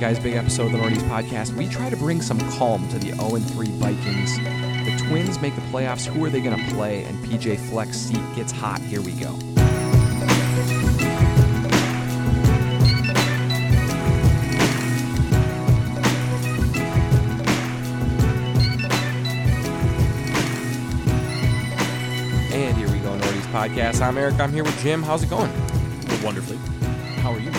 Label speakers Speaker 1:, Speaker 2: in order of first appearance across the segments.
Speaker 1: guys. Big episode of the Northeast Podcast. We try to bring some calm to the 0 3 Vikings. The Twins make the playoffs. Who are they going to play? And PJ Flex seat gets hot. Here we go. And here we go, Northeast Podcast. I'm Eric. I'm here with Jim. How's it going?
Speaker 2: Wonderfully.
Speaker 1: How are you?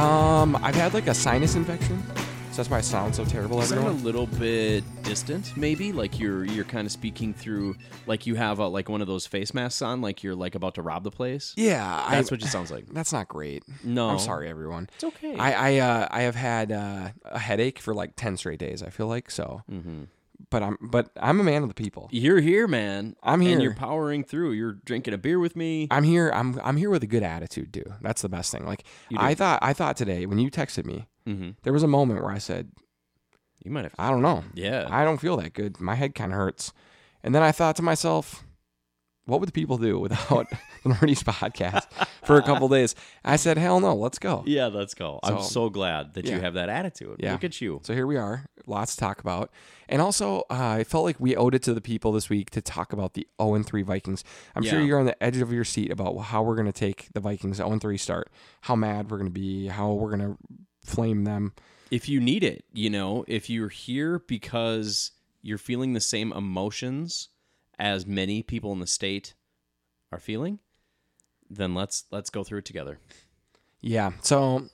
Speaker 1: Um, I've had like a sinus infection, so that's why I sound so terrible.
Speaker 2: You sound a
Speaker 1: Everyone,
Speaker 2: little bit distant, maybe. Like you're you're kind of speaking through, like you have a, like one of those face masks on, like you're like about to rob the place.
Speaker 1: yeah, I-
Speaker 2: That's what it sounds like.
Speaker 1: That's not great.
Speaker 2: No.
Speaker 1: I'm sorry, everyone.
Speaker 2: It's okay.
Speaker 1: I I uh, I have had uh, a headache for like ten straight days. I feel like so,
Speaker 2: Mm-hmm.
Speaker 1: but I'm but I'm a man of the people.
Speaker 2: You're here, man.
Speaker 1: I'm
Speaker 2: And
Speaker 1: here.
Speaker 2: you're powering through. You're drinking a beer with me.
Speaker 1: I'm here. I'm I'm here with a good attitude, dude. That's the best thing. Like I thought I thought today when you texted me,
Speaker 2: mm-hmm.
Speaker 1: there was a moment where I said,
Speaker 2: You might have.
Speaker 1: I don't know,
Speaker 2: Yeah.
Speaker 1: I don't feel that good. My head kind of hurts, and then I thought to myself, what would the people do without the Northeast podcast for a couple days? I said, hell no, let's go.
Speaker 2: yeah, let's go. I'm
Speaker 1: So-
Speaker 2: so glad that
Speaker 1: yeah.
Speaker 2: you have that attitude.
Speaker 1: Yeah.
Speaker 2: Look at you.
Speaker 1: So here we are, lots to talk about. And also, uh, I felt like we owed it to the people this week to talk about the 0 3 Vikings. I'm sure
Speaker 2: Yeah.
Speaker 1: you're on the edge of your seat about how we're going to take the Vikings 0 3 start, how mad we're going to be, how we're going to flame them.
Speaker 2: if you need it, you know, if you're here because you're feeling the same emotions as many people in the state are feeling, then let's let's go through it together.
Speaker 1: Yeah. So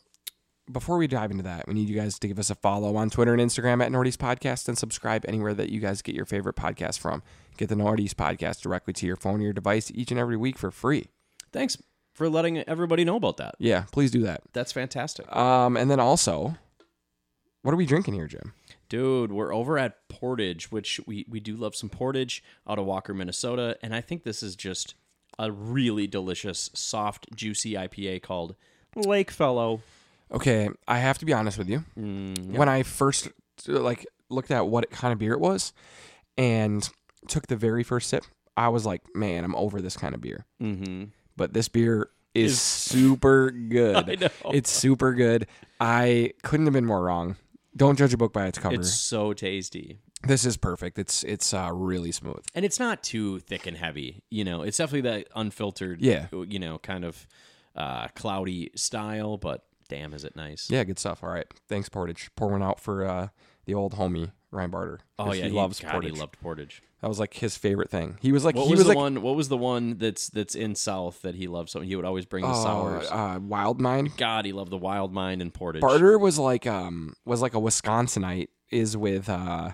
Speaker 1: before we dive into that, we need you guys to give us a follow on Twitter and Instagram at Northeast Podcast and subscribe anywhere that you guys get your favorite podcast from. Get the Northeast Podcast directly to your phone or your device each and every week for free.
Speaker 2: Thanks for letting everybody know about that.
Speaker 1: Yeah, please do that.
Speaker 2: That's fantastic.
Speaker 1: Um, and then also, what are we drinking here, Jim?
Speaker 2: Dude, we're over at Portage, which we we do love some Portage out of Walker, Minnesota, and I think this is just a really delicious, soft, juicy IPA called Lake Fellow.
Speaker 1: Okay, I have to be honest with you. When I first like looked at what kind of beer it was, and took the very first sip, I was like, "Man, I'm over this kind of beer."
Speaker 2: Mm-hmm.
Speaker 1: But this beer is super good.
Speaker 2: I know.
Speaker 1: It's super good. I couldn't have been more wrong. Don't judge a book by its cover.
Speaker 2: It's so tasty.
Speaker 1: this is perfect. It's it's uh, really smooth.
Speaker 2: and it's not too thick and heavy. You know, it's definitely that unfiltered,
Speaker 1: Yeah.
Speaker 2: you know, kind of uh, cloudy style. But damn, is it nice?
Speaker 1: Yeah, good stuff. All right, thanks Portage. Pour one out for uh, the old homie Ryan Barter.
Speaker 2: Oh
Speaker 1: 'cause
Speaker 2: yeah,
Speaker 1: he loves
Speaker 2: God,
Speaker 1: Portage.
Speaker 2: He loved Portage.
Speaker 1: That was like his favorite thing. He was like
Speaker 2: What
Speaker 1: he
Speaker 2: was,
Speaker 1: was,
Speaker 2: the
Speaker 1: like
Speaker 2: one? What was the one that's that's in South that he loved? So he would always bring the
Speaker 1: uh,
Speaker 2: sours.
Speaker 1: uh, Wild Mind.
Speaker 2: God, he loved the Wild Mind and Portage.
Speaker 1: Barter was like um was like a Wisconsinite is with uh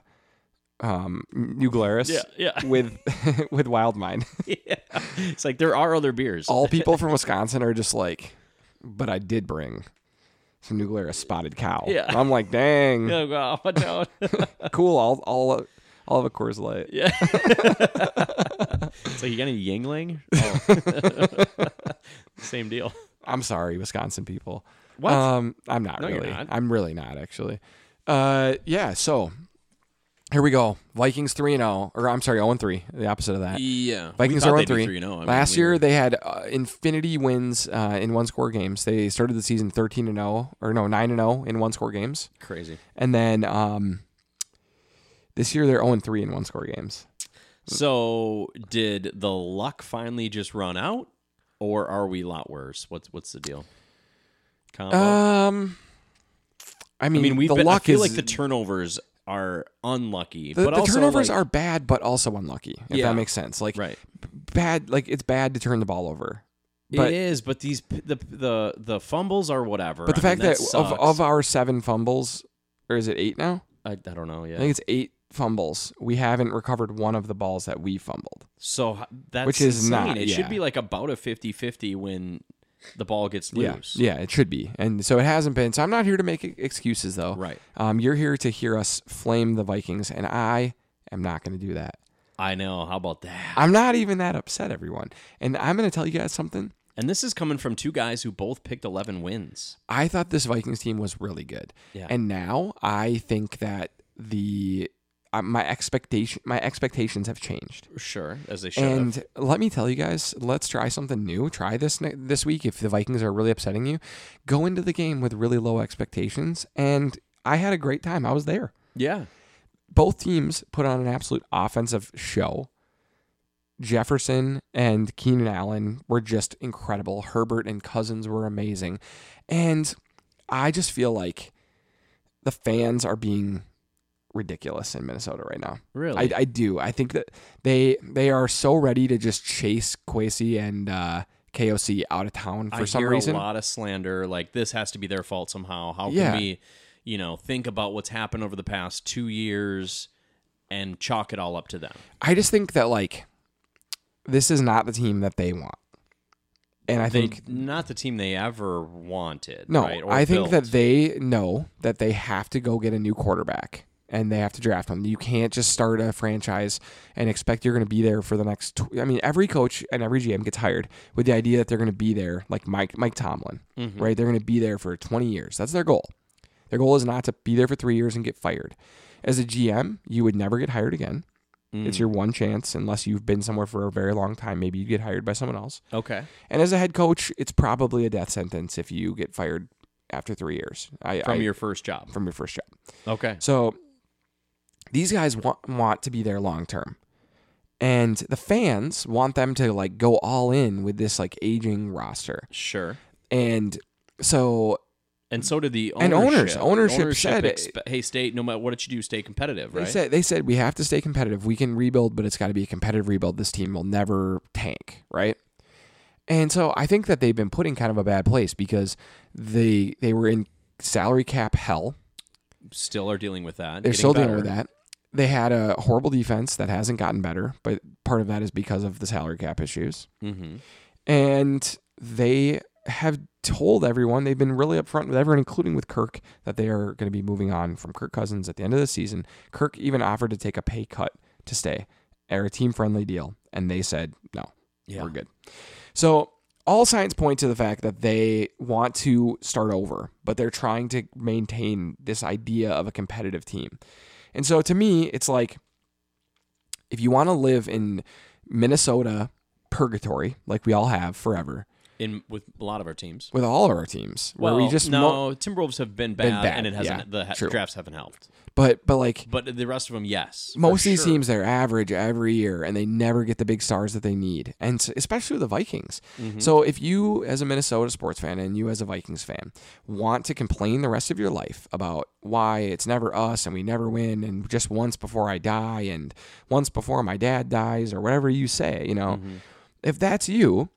Speaker 1: um New Glarus.
Speaker 2: Yeah, yeah.
Speaker 1: With with Wild Mind.
Speaker 2: yeah. It's like there are other beers.
Speaker 1: All people from Wisconsin are just like, but I did bring some New Glarus spotted cow.
Speaker 2: Yeah.
Speaker 1: And I'm like, dang,
Speaker 2: Oh, wow, no.
Speaker 1: cool. I'll I'll I'll have a Coors Light.
Speaker 2: Yeah. it's like you got any Yingling? Oh. Same deal.
Speaker 1: I'm sorry, Wisconsin people.
Speaker 2: What?
Speaker 1: Um, I'm not
Speaker 2: No, you're
Speaker 1: really.
Speaker 2: not.
Speaker 1: I'm really not actually. Uh, yeah. So here we go. Vikings three and zero, or I'm sorry, zero and three. The opposite of that.
Speaker 2: Yeah.
Speaker 1: Vikings
Speaker 2: We thought
Speaker 1: are on
Speaker 2: they'd be
Speaker 1: three.
Speaker 2: 3-0. I mean,
Speaker 1: Last
Speaker 2: we
Speaker 1: year
Speaker 2: were-
Speaker 1: they had uh, infinity wins uh, in one score games. They started the season thirteen and zero, or no, nine and zero in one score games,
Speaker 2: crazy.
Speaker 1: and then um, this year they're zero and three in one score games.
Speaker 2: So, did the luck finally just run out, or are we a lot worse? What's what's the deal? Combo.
Speaker 1: Um, I mean,
Speaker 2: I mean, we've
Speaker 1: the
Speaker 2: been,
Speaker 1: luck
Speaker 2: I feel
Speaker 1: is
Speaker 2: like the turnovers are unlucky,
Speaker 1: the,
Speaker 2: but
Speaker 1: the
Speaker 2: also
Speaker 1: turnovers
Speaker 2: like-
Speaker 1: are bad, but also unlucky. If
Speaker 2: Yeah.
Speaker 1: that makes sense, like
Speaker 2: right.
Speaker 1: bad, like it's bad to turn the ball over. But
Speaker 2: it is, but these p- the the the fumbles are whatever.
Speaker 1: but the
Speaker 2: I
Speaker 1: fact
Speaker 2: mean,
Speaker 1: that, of
Speaker 2: sucks.
Speaker 1: of our seven fumbles, or is it eight now?
Speaker 2: I, I don't know.
Speaker 1: I
Speaker 2: Yeah.
Speaker 1: think it's eight fumbles. We haven't recovered one of the balls that we fumbled.
Speaker 2: So h- that's
Speaker 1: Which is
Speaker 2: insane.
Speaker 1: not-
Speaker 2: It
Speaker 1: yeah.
Speaker 2: should be like about a 50-50 when the ball gets loose.
Speaker 1: Yeah, yeah, it should be, and so it hasn't been. So I'm not here to make e- excuses though.
Speaker 2: Right.
Speaker 1: Um, you're here to hear us flame the Vikings, and I am not going to do that.
Speaker 2: I know. How about that?
Speaker 1: I'm not even that upset, everyone. And I'm going to tell you guys something.
Speaker 2: And this is coming from two guys who both picked eleven wins.
Speaker 1: I thought this Vikings team was really good.
Speaker 2: Yeah.
Speaker 1: And now I think that the I, my expectation my expectations have changed.
Speaker 2: Sure, as they should. have.
Speaker 1: And let me tell you guys, let's try something new. Try this ne- this week if the Vikings are really upsetting you. Go into the game with really low expectations and I had a great time. I was there.
Speaker 2: Yeah.
Speaker 1: Both teams put on an absolute offensive show. Jefferson and Keenan Allen were just incredible. Herbert and Cousins were amazing. And I just feel like the fans are being ridiculous in Minnesota right now.
Speaker 2: Really?
Speaker 1: I, I do. I think that they they are so ready to just chase Quasi and uh, KOC out of town for
Speaker 2: I
Speaker 1: some
Speaker 2: hear
Speaker 1: reason.
Speaker 2: a lot of slander. Like this has to be their fault somehow. How
Speaker 1: Yeah.
Speaker 2: can we, you know, think about what's happened over the past two years and chalk it all up to them?
Speaker 1: I just think that like this is not the team that they want, and I
Speaker 2: They
Speaker 1: think
Speaker 2: not the team they ever wanted.
Speaker 1: no,
Speaker 2: right? Or
Speaker 1: I think
Speaker 2: built.
Speaker 1: that they know that they have to go get a new quarterback and they have to draft him. You can't just start a franchise and expect you're going to be there for the next. Tw- I mean, every coach and every GM gets hired with the idea that they're going to be there, like Mike Mike Tomlin,
Speaker 2: Mm-hmm.
Speaker 1: right? They're going to be there for 20 years. That's their goal. Their goal is not to be there for three years and get fired. As a GM, you would never get hired again.
Speaker 2: Mm.
Speaker 1: It's your one chance, unless you've been somewhere for a very long time. Maybe you get hired by someone else.
Speaker 2: Okay.
Speaker 1: And as a head coach, it's probably a death sentence if you get fired after three years I,
Speaker 2: From
Speaker 1: I-
Speaker 2: your first job.
Speaker 1: from your first job.
Speaker 2: Okay.
Speaker 1: So these guys want want to be there long term, and the fans want them to like go all in with this like aging roster.
Speaker 2: Sure.
Speaker 1: And so
Speaker 2: And so did the
Speaker 1: And
Speaker 2: ownership.
Speaker 1: owners. Ownership said it-
Speaker 2: expe- "Hey, stay. No matter what you do, stay competitive."
Speaker 1: they
Speaker 2: Right.
Speaker 1: said they said we have to stay competitive. We can rebuild, but it's got to be a competitive rebuild. This team will never tank, right? And so I think that they've been put in kind of a bad place because they they were in salary cap hell.
Speaker 2: still are dealing with that.
Speaker 1: They're
Speaker 2: getting
Speaker 1: still dealing
Speaker 2: better.
Speaker 1: with that. They had a horrible defense that hasn't gotten better, but part of that is because of the salary cap issues.
Speaker 2: Mhm.
Speaker 1: And they have told everyone, they've been really upfront with everyone, including with Kirk, that they are going to be moving on from Kirk Cousins at the end of the season. Kirk even offered to take a pay cut to stay or a team friendly deal. And they said, no,
Speaker 2: Yeah.
Speaker 1: we're good. So all signs point to the fact that they want to start over, but they're trying to maintain this idea of a competitive team. And so to me, it's like if you want to live in Minnesota purgatory, like we all have forever
Speaker 2: In with a lot of our teams.
Speaker 1: with all of our teams,
Speaker 2: Well,
Speaker 1: where we just mo-
Speaker 2: no Timberwolves have been bad,
Speaker 1: bad,
Speaker 2: and it hasn't
Speaker 1: yeah,
Speaker 2: the ha-
Speaker 1: true.
Speaker 2: drafts haven't helped.
Speaker 1: but but like
Speaker 2: But the rest of them, yes, for
Speaker 1: most of these
Speaker 2: sure.
Speaker 1: teams they're average every year and they never get the big stars that they need and s- especially the vikings
Speaker 2: Mm-hmm.
Speaker 1: so if you as a minnesota sports fan and you as a vikings fan want to complain the rest of your life about why it's never us and we never win and just once before i die and once before my dad dies or whatever you say you know
Speaker 2: Mm-hmm.
Speaker 1: if that's you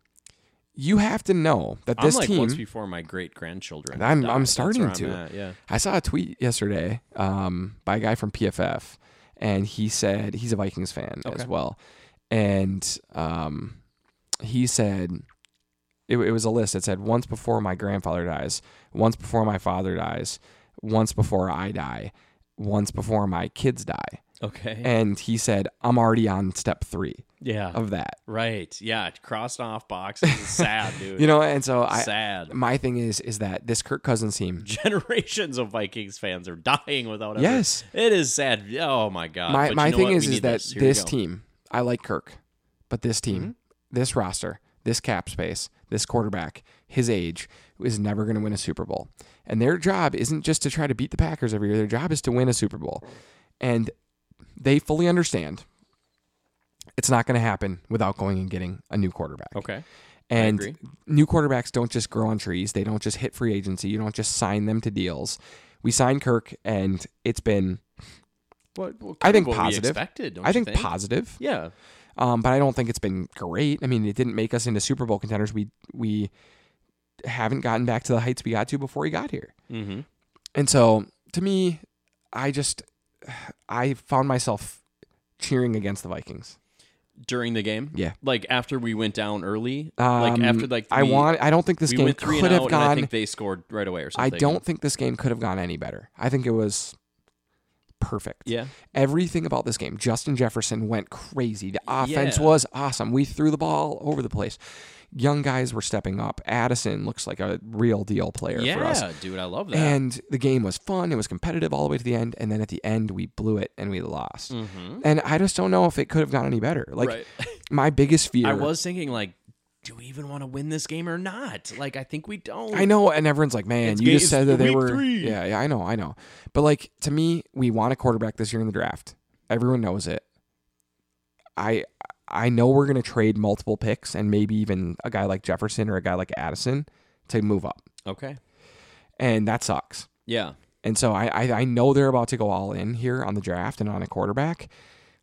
Speaker 1: you have to know that
Speaker 2: I'm
Speaker 1: this
Speaker 2: like
Speaker 1: team
Speaker 2: once before my great grandchildren.
Speaker 1: I'm-
Speaker 2: die.
Speaker 1: I'm
Speaker 2: That's
Speaker 1: starting
Speaker 2: where I'm
Speaker 1: to.
Speaker 2: at, Yeah.
Speaker 1: I saw a tweet yesterday um, by a guy from PFF, and he said he's a Vikings fan as
Speaker 2: Okay.
Speaker 1: well, and um, he said it, it was a list that said once before my grandfather dies, once before my father dies, once before I die, once before my kids die,
Speaker 2: Okay.
Speaker 1: and um, he said I'm already on step three
Speaker 2: yeah.
Speaker 1: of that,
Speaker 2: right. Yeah. it Crossed off boxes. It's sad, dude.
Speaker 1: you know, and so I. um,
Speaker 2: sad.
Speaker 1: My thing is, is that this Kirk Cousins team,
Speaker 2: Generations of Vikings fans are dying without. ever-
Speaker 1: Yes.
Speaker 2: It is sad. Oh my god. But
Speaker 1: my,
Speaker 2: you
Speaker 1: my
Speaker 2: know
Speaker 1: thing
Speaker 2: what?
Speaker 1: is
Speaker 2: We
Speaker 1: is
Speaker 2: need
Speaker 1: that
Speaker 2: Here we
Speaker 1: this
Speaker 2: go. Mm-hmm.
Speaker 1: team i like kirk but this team this roster this cap space this quarterback his age is never going to win a super bowl and their job isn't just to try to beat the packers every year their job is to win a super bowl and they fully understand it's not going to happen without going and getting a new quarterback
Speaker 2: Okay.
Speaker 1: and
Speaker 2: agree.
Speaker 1: new quarterbacks don't just grow on trees. They don't just hit free agency. You don't just sign them to deals. We signed Kirk, and it's been
Speaker 2: What, what
Speaker 1: I think
Speaker 2: what we
Speaker 1: positive.
Speaker 2: expected, don't
Speaker 1: I
Speaker 2: you
Speaker 1: think,
Speaker 2: think
Speaker 1: positive.
Speaker 2: Yeah.
Speaker 1: Um, but I don't think it's been great. I mean, it didn't make us into Super Bowl contenders. We we haven't gotten back to the heights we got to before he got here.
Speaker 2: Mm-hmm.
Speaker 1: And so, to me, I just I found myself cheering against the Vikings.
Speaker 2: During the game.
Speaker 1: Yeah.
Speaker 2: Like after we went down early. like
Speaker 1: Um,
Speaker 2: after like
Speaker 1: I
Speaker 2: we-
Speaker 1: want. I don't think this
Speaker 2: we
Speaker 1: game
Speaker 2: went three
Speaker 1: could
Speaker 2: and
Speaker 1: have
Speaker 2: out, and I
Speaker 1: gone.
Speaker 2: think they scored right away or
Speaker 1: I
Speaker 2: something.
Speaker 1: don't think this game could have gone any better. I think it was perfect.
Speaker 2: Yeah.
Speaker 1: Everything about this game, Justin Jefferson went crazy. The offense
Speaker 2: Yeah.
Speaker 1: was awesome. We threw the ball all over the place. Young guys were stepping up. Addison looks like a real deal player for us.
Speaker 2: Yeah, dude, I love that.
Speaker 1: And the game was fun. It was competitive all the way to the end. And then at the end, we blew it and we lost. And I just don't know if it could have gotten any better. Like,
Speaker 2: Mm-hmm. Right.
Speaker 1: my biggest fear.
Speaker 2: I was thinking like, do we even want to win this game or not? Like, I think we don't.
Speaker 1: I know, and everyone's like, "Man,
Speaker 2: It's
Speaker 1: you
Speaker 2: game-
Speaker 1: just said that
Speaker 2: it's
Speaker 1: they
Speaker 2: week
Speaker 1: were."
Speaker 2: three.
Speaker 1: Yeah, yeah, I know, I know. But like to me, we want a quarterback this year in the draft. Everyone knows it. I I know we're gonna trade multiple picks and maybe even a guy like Jefferson or a guy like Addison to move up,
Speaker 2: Okay.
Speaker 1: and that sucks.
Speaker 2: Yeah.
Speaker 1: And so I, I I know they're about to go all in here on the draft and on a quarterback.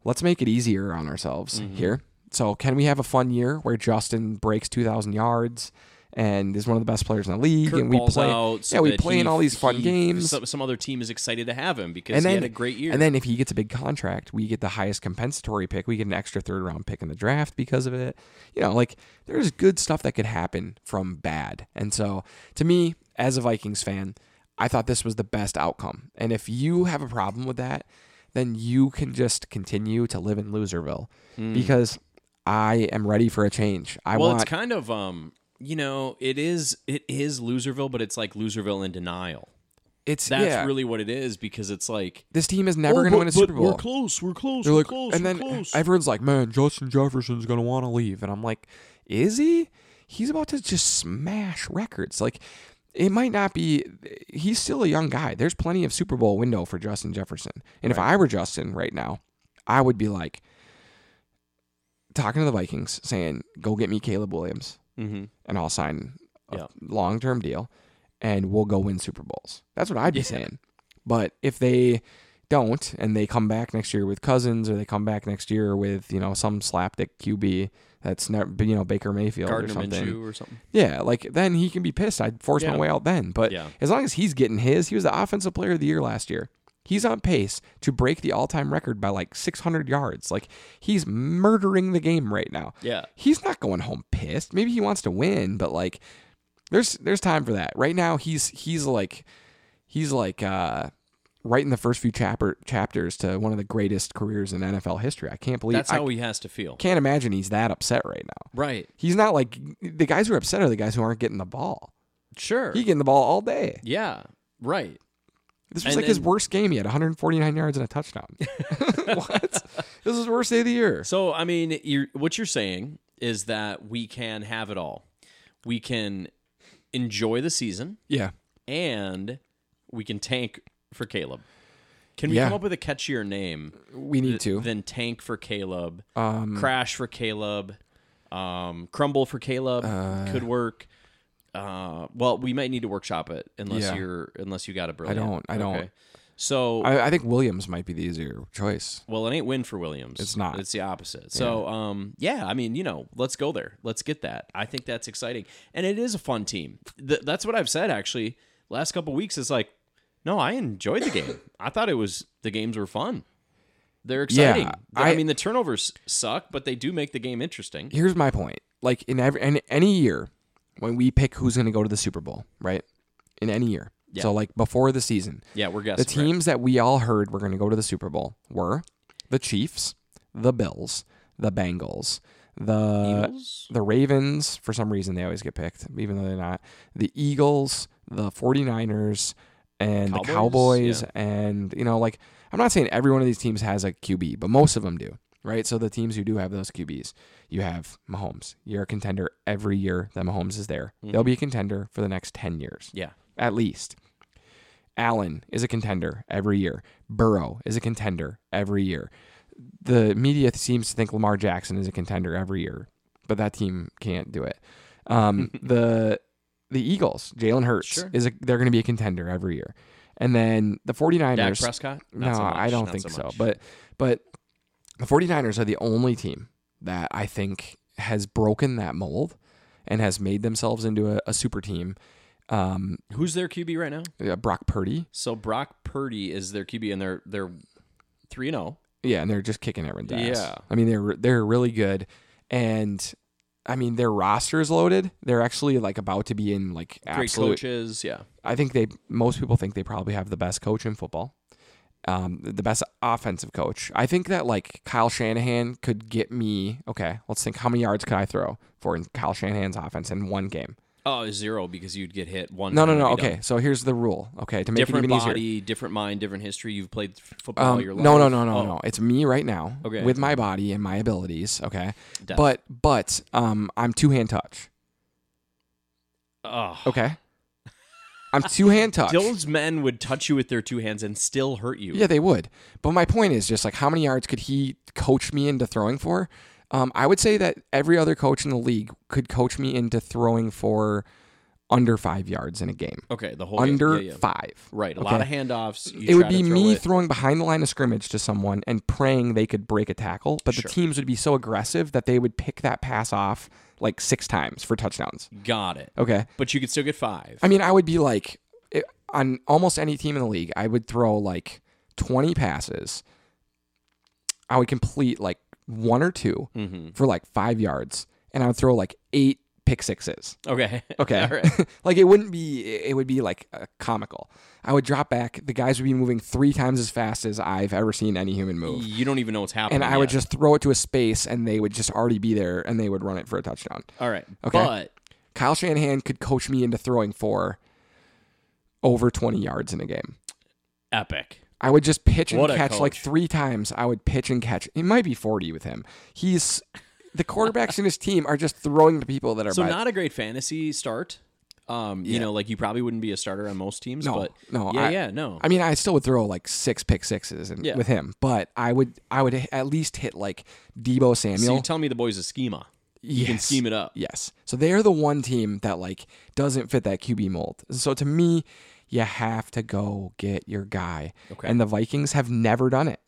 Speaker 1: Let's make it easier on ourselves
Speaker 2: Mm-hmm.
Speaker 1: here. So can we have a fun year where Justin breaks two thousand yards and is one of the best players in the league,
Speaker 2: Kurt
Speaker 1: and we
Speaker 2: balls
Speaker 1: play
Speaker 2: out so
Speaker 1: yeah we
Speaker 2: that
Speaker 1: play in
Speaker 2: he-
Speaker 1: all these fun
Speaker 2: he-
Speaker 1: games.
Speaker 2: Some, some other team is excited to have him because
Speaker 1: and
Speaker 2: he
Speaker 1: then
Speaker 2: had a great year.
Speaker 1: And then if he gets a big contract, we get the highest compensatory pick. We get an extra third round pick in the draft because of it. You know, like there's good stuff that could happen from bad. And so to me, as a Vikings fan, I thought this was the best outcome. And if you have a problem with that, then you can just continue to live in Loserville because I am ready for a change. I
Speaker 2: Hmm. well,
Speaker 1: want
Speaker 2: it's kind of um, you know, it is it is Loserville, but it's like Loserville in denial.
Speaker 1: it's
Speaker 2: That's
Speaker 1: yeah,
Speaker 2: really what it is because it's like "Oh,
Speaker 1: this team is never going to win a Super Bowl.
Speaker 2: We're close. We're close.
Speaker 1: They're
Speaker 2: we're
Speaker 1: like,
Speaker 2: close.
Speaker 1: and
Speaker 2: we're
Speaker 1: then
Speaker 2: close.
Speaker 1: everyone's like, man, Justin Jefferson's gonna want to leave, and I'm like, is he? He's about to just smash records. Like, it might not be. He's still a young guy. There's plenty of Super Bowl window for Justin Jefferson. And if I were Justin right now, I would be like talking to the Vikings, saying, "Go get me Caleb Williams,
Speaker 2: Mhm.
Speaker 1: and I'll sign a
Speaker 2: Yeah.
Speaker 1: long term deal, and we'll go win Super Bowls." That's what I'd be saying. But if they don't and they come back next year with Cousins or they come back next year with, you know, some slapdick QB that's never you know, Baker Mayfield or
Speaker 2: Gardner
Speaker 1: something.
Speaker 2: Minshew or something.
Speaker 1: Yeah, like then he can be pissed. I'd force my
Speaker 2: Yeah.
Speaker 1: way out then. But
Speaker 2: Yeah.
Speaker 1: as long as he's getting his, he was the offensive player of the year last year. He's on pace to break the all-time record by like 600 yards. Like he's murdering the game right now.
Speaker 2: Yeah.
Speaker 1: He's not going home pissed. Maybe he wants to win, but like there's there's time for that. Right now he's he's like he's like uh writing the first few chapter chapters to one of the greatest careers in NFL history. I can't believe
Speaker 2: That's
Speaker 1: I
Speaker 2: how he has to feel.
Speaker 1: can't imagine he's that upset right now.
Speaker 2: Right.
Speaker 1: He's not like the guys who are upset are the guys who aren't getting the ball.
Speaker 2: Sure.
Speaker 1: He getting the ball all day.
Speaker 2: yeah. Right.
Speaker 1: This was
Speaker 2: And-
Speaker 1: like his
Speaker 2: and-
Speaker 1: worst game. He had 149 yards and a touchdown. what? This is his worst day of the year.
Speaker 2: So I mean, you're, what you're saying is that we can have it all. We can enjoy the season,
Speaker 1: Yeah.
Speaker 2: and we can tank for Caleb. Can we
Speaker 1: Yeah.
Speaker 2: come up with a catchier name
Speaker 1: We need to.
Speaker 2: than tank for Caleb,
Speaker 1: Um,
Speaker 2: crash for Caleb, um, crumble for Caleb? could work. Uh, well, we might need to workshop it unless
Speaker 1: Yeah.
Speaker 2: you're unless you got a brilliant.
Speaker 1: don't- I don't.
Speaker 2: So
Speaker 1: I, I think Williams might be the easier choice.
Speaker 2: well, it ain't win for Williams. It's
Speaker 1: not.
Speaker 2: It's the opposite. So, um, yeah, I mean, you know, let's go there. Let's get that. I think that's exciting, and it is a fun team. Th- that's what I've said actually. Last couple weeks, it's like, no, I enjoyed the game. I thought it was the games were fun. They're exciting. I,
Speaker 1: I-
Speaker 2: mean, the turnovers suck, but they do make the game interesting.
Speaker 1: Here's my point. Like in every in any year when we pick who's going to go to the Super Bowl, right? In any year. So like before the season,
Speaker 2: Yeah, we're
Speaker 1: the
Speaker 2: guessing. right?
Speaker 1: teams that we all heard were going to go to the Super Bowl were the Chiefs, the Bills, the Bengals, the
Speaker 2: Eagles?
Speaker 1: the Ravens, for some reason, they always get picked, even though they're not. The Eagles, the 49ers, and the
Speaker 2: Cowboys?
Speaker 1: Cowboys. And, you know, like, I'm not saying every one of these teams has a QB, but most of them do, right? So the teams who do have those QBs, you have Mahomes. You're a contender every year that Mahomes is there.
Speaker 2: Mm-hmm.
Speaker 1: They'll be a contender for the next 10 years
Speaker 2: yeah.
Speaker 1: at least. Allen is a contender every year. Burrow is a contender every year. The media seems to think Lamar Jackson is a contender every year, but that team can't do it. Um, the the Eagles, Jalen Hurts
Speaker 2: Sure.
Speaker 1: is a, they're going to be a contender every year. And then the 49ers
Speaker 2: Dak Prescott? Not
Speaker 1: no,
Speaker 2: so much,
Speaker 1: I don't
Speaker 2: not
Speaker 1: think so.
Speaker 2: much.
Speaker 1: But but the 49ers are the only team that I think has broken that mold and has made themselves into a, a super team. Um,
Speaker 2: who's their QB right now?
Speaker 1: uh, Brock Purdy.
Speaker 2: So Brock Purdy is their QB, and they're they're three and oh. zero.
Speaker 1: Yeah, and they're just kicking everyone's ass.
Speaker 2: Yeah.
Speaker 1: I mean they're they're really good, and I mean their roster is loaded. They're actually like about to be in like
Speaker 2: Great
Speaker 1: absolute.
Speaker 2: coaches. Yeah.
Speaker 1: I think they most people think they probably have the best coach in football, um, the best offensive coach. I think that like Kyle Shanahan could get me. Okay, let's think. How many yards could I throw for in Kyle Shanahan's offense in one game?
Speaker 2: Oh, zero because you'd get hit one.
Speaker 1: No, no,
Speaker 2: time
Speaker 1: no.
Speaker 2: and be
Speaker 1: Okay,
Speaker 2: done.
Speaker 1: so here's the rule. Okay, to make
Speaker 2: Different
Speaker 1: it even
Speaker 2: body,
Speaker 1: easier.
Speaker 2: different mind, different history. You've played f- football all
Speaker 1: Um,
Speaker 2: your life.
Speaker 1: no, no, no, no,
Speaker 2: Oh,
Speaker 1: no. It's me right now
Speaker 2: Okay.
Speaker 1: with my body and my abilities. Okay,
Speaker 2: Death.
Speaker 1: but but um, I'm two hand touch.
Speaker 2: Ugh.
Speaker 1: Okay, I'm two hand touch.
Speaker 2: Those men would touch you with their two hands and still hurt you.
Speaker 1: Yeah, they would. But my point is just like how many yards could he coach me into throwing for? Um, I would say that every other coach in the league could coach me into throwing for under five yards in a game.
Speaker 2: Okay, the whole
Speaker 1: under
Speaker 2: yeah, yeah.
Speaker 1: five.
Speaker 2: Right, a
Speaker 1: Okay.
Speaker 2: lot of handoffs. You
Speaker 1: it would
Speaker 2: try to
Speaker 1: be
Speaker 2: throw
Speaker 1: me
Speaker 2: it.
Speaker 1: throwing behind the line of scrimmage to someone and praying they could break a tackle, but the
Speaker 2: Sure.
Speaker 1: teams would be so aggressive that they would pick that pass off like six times for touchdowns.
Speaker 2: Got it.
Speaker 1: Okay.
Speaker 2: But you could still get five.
Speaker 1: I mean, I would be like it, on almost any team in the league. I would throw like twenty passes. I would complete like one or 2
Speaker 2: Mm-hmm.
Speaker 1: for like five yards, and I would throw like eight pick sixes.
Speaker 2: Okay.
Speaker 1: Okay,
Speaker 2: All right.
Speaker 1: like it wouldn't be. It would be like uh, comical. I would drop back. The guys would be moving three times as fast as I've ever seen any human move.
Speaker 2: You don't even know what's happening.
Speaker 1: And I would
Speaker 2: yet.
Speaker 1: just throw it to a space, and they would just already be there, and they would run it for a touchdown.
Speaker 2: All right.
Speaker 1: Okay.
Speaker 2: But
Speaker 1: Kyle Shanahan could coach me into throwing for over 20 yards in a game.
Speaker 2: epic.
Speaker 1: I would just pitch and
Speaker 2: What a
Speaker 1: catch like
Speaker 2: coach.
Speaker 1: three times. I would pitch and catch. It might be 40 with him. He's the quarterbacks in his team are just throwing to people that are
Speaker 2: So
Speaker 1: by-
Speaker 2: not a great fantasy start. Um, you know, like you probably wouldn't be a starter on most teams.
Speaker 1: no,
Speaker 2: but
Speaker 1: no,
Speaker 2: yeah,
Speaker 1: I,
Speaker 2: yeah, no.
Speaker 1: I mean, I still would throw like six pick sixes and,
Speaker 2: Yeah.
Speaker 1: with him, but I would, I would at least hit like Debo
Speaker 2: so
Speaker 1: Samuel.
Speaker 2: you tell me the boy's a schema. You can
Speaker 1: Yes.
Speaker 2: scheme it up.
Speaker 1: Yes. So they are the one team that like doesn't fit that QB mold. So to me, you have to go get your guy.
Speaker 2: Okay.
Speaker 1: And the Vikings have never done it.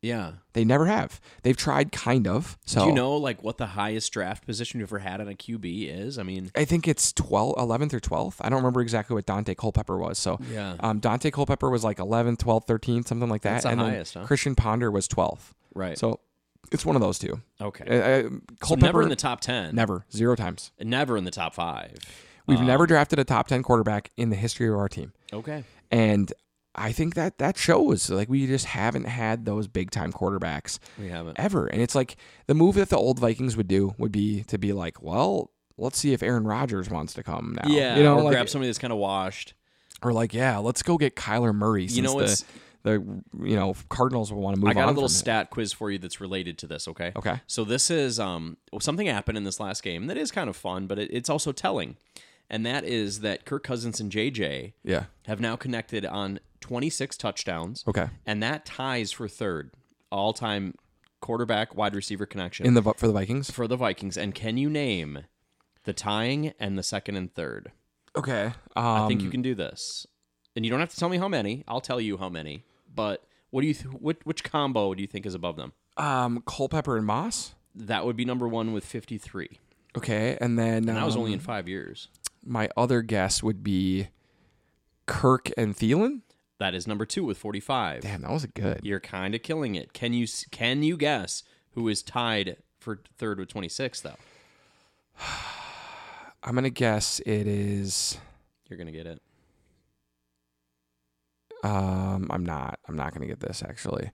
Speaker 2: Yeah.
Speaker 1: They never have. They've tried kind of. So
Speaker 2: Do you know like what the highest draft position you've ever had on a QB is? I mean,
Speaker 1: I think it's 12, 11th or 12th. I don't remember exactly what Dante Culpepper was. So
Speaker 2: Yeah.
Speaker 1: um, Dante Culpepper was like 11th, 12th, 13th, something like that.
Speaker 2: That's the
Speaker 1: and then
Speaker 2: highest, huh?
Speaker 1: Christian Ponder was 12th.
Speaker 2: right.
Speaker 1: So it's one of those two. Uh,
Speaker 2: okay.
Speaker 1: uh,
Speaker 2: So
Speaker 1: Culpepper,
Speaker 2: never in the top ten.
Speaker 1: never. Zero times.
Speaker 2: Never in the top five.
Speaker 1: We've
Speaker 2: Um,
Speaker 1: never drafted a top 10 quarterback in the history of our team.
Speaker 2: Okay.
Speaker 1: And I think that that shows like we just haven't had those big time quarterbacks
Speaker 2: We haven't.
Speaker 1: ever. And it's like the move that the old Vikings would do would be to be like, well, let's see if Aaron Rodgers wants to come now.
Speaker 2: Yeah.
Speaker 1: you know,
Speaker 2: or
Speaker 1: like,
Speaker 2: grab somebody that's kind of washed.
Speaker 1: or like, yeah, let's go get Kyler Murray. Since
Speaker 2: know,
Speaker 1: the,
Speaker 2: it's-
Speaker 1: the you know Cardinals will want to move.
Speaker 2: I got
Speaker 1: on
Speaker 2: a little
Speaker 1: from
Speaker 2: stat quiz for you that's related to this, okay?
Speaker 1: it. Okay.
Speaker 2: So this is um well, something happened in this last game that is kind of fun, but it, it's also telling. And that is that Kirk Cousins and JJ
Speaker 1: Yeah.
Speaker 2: have now connected on 26 touchdowns.
Speaker 1: Okay.
Speaker 2: And that ties for third all-time quarterback wide receiver connection
Speaker 1: In the for the Vikings.
Speaker 2: for the Vikings. And can you name the tying and the second and third?
Speaker 1: Okay. Um,
Speaker 2: I think you can do this. And you don't have to tell me how many. I'll tell you how many. But what do you th- which, which combo do you think is above them?
Speaker 1: um Culpepper and Moss.
Speaker 2: That would be number 1 with 53.
Speaker 1: Okay, and then
Speaker 2: And that was
Speaker 1: um,
Speaker 2: only in 5 years.
Speaker 1: my other guess would be Kirk and Thielen.
Speaker 2: That is number 2 with 45.
Speaker 1: Damn, that was a good.
Speaker 2: You're kind of killing it. Can you s- can you guess who is tied for third with 26 though?
Speaker 1: I'm gonna guess it is.
Speaker 2: You're going to get it.
Speaker 1: Um, I'm not. I'm not gonna get this actually.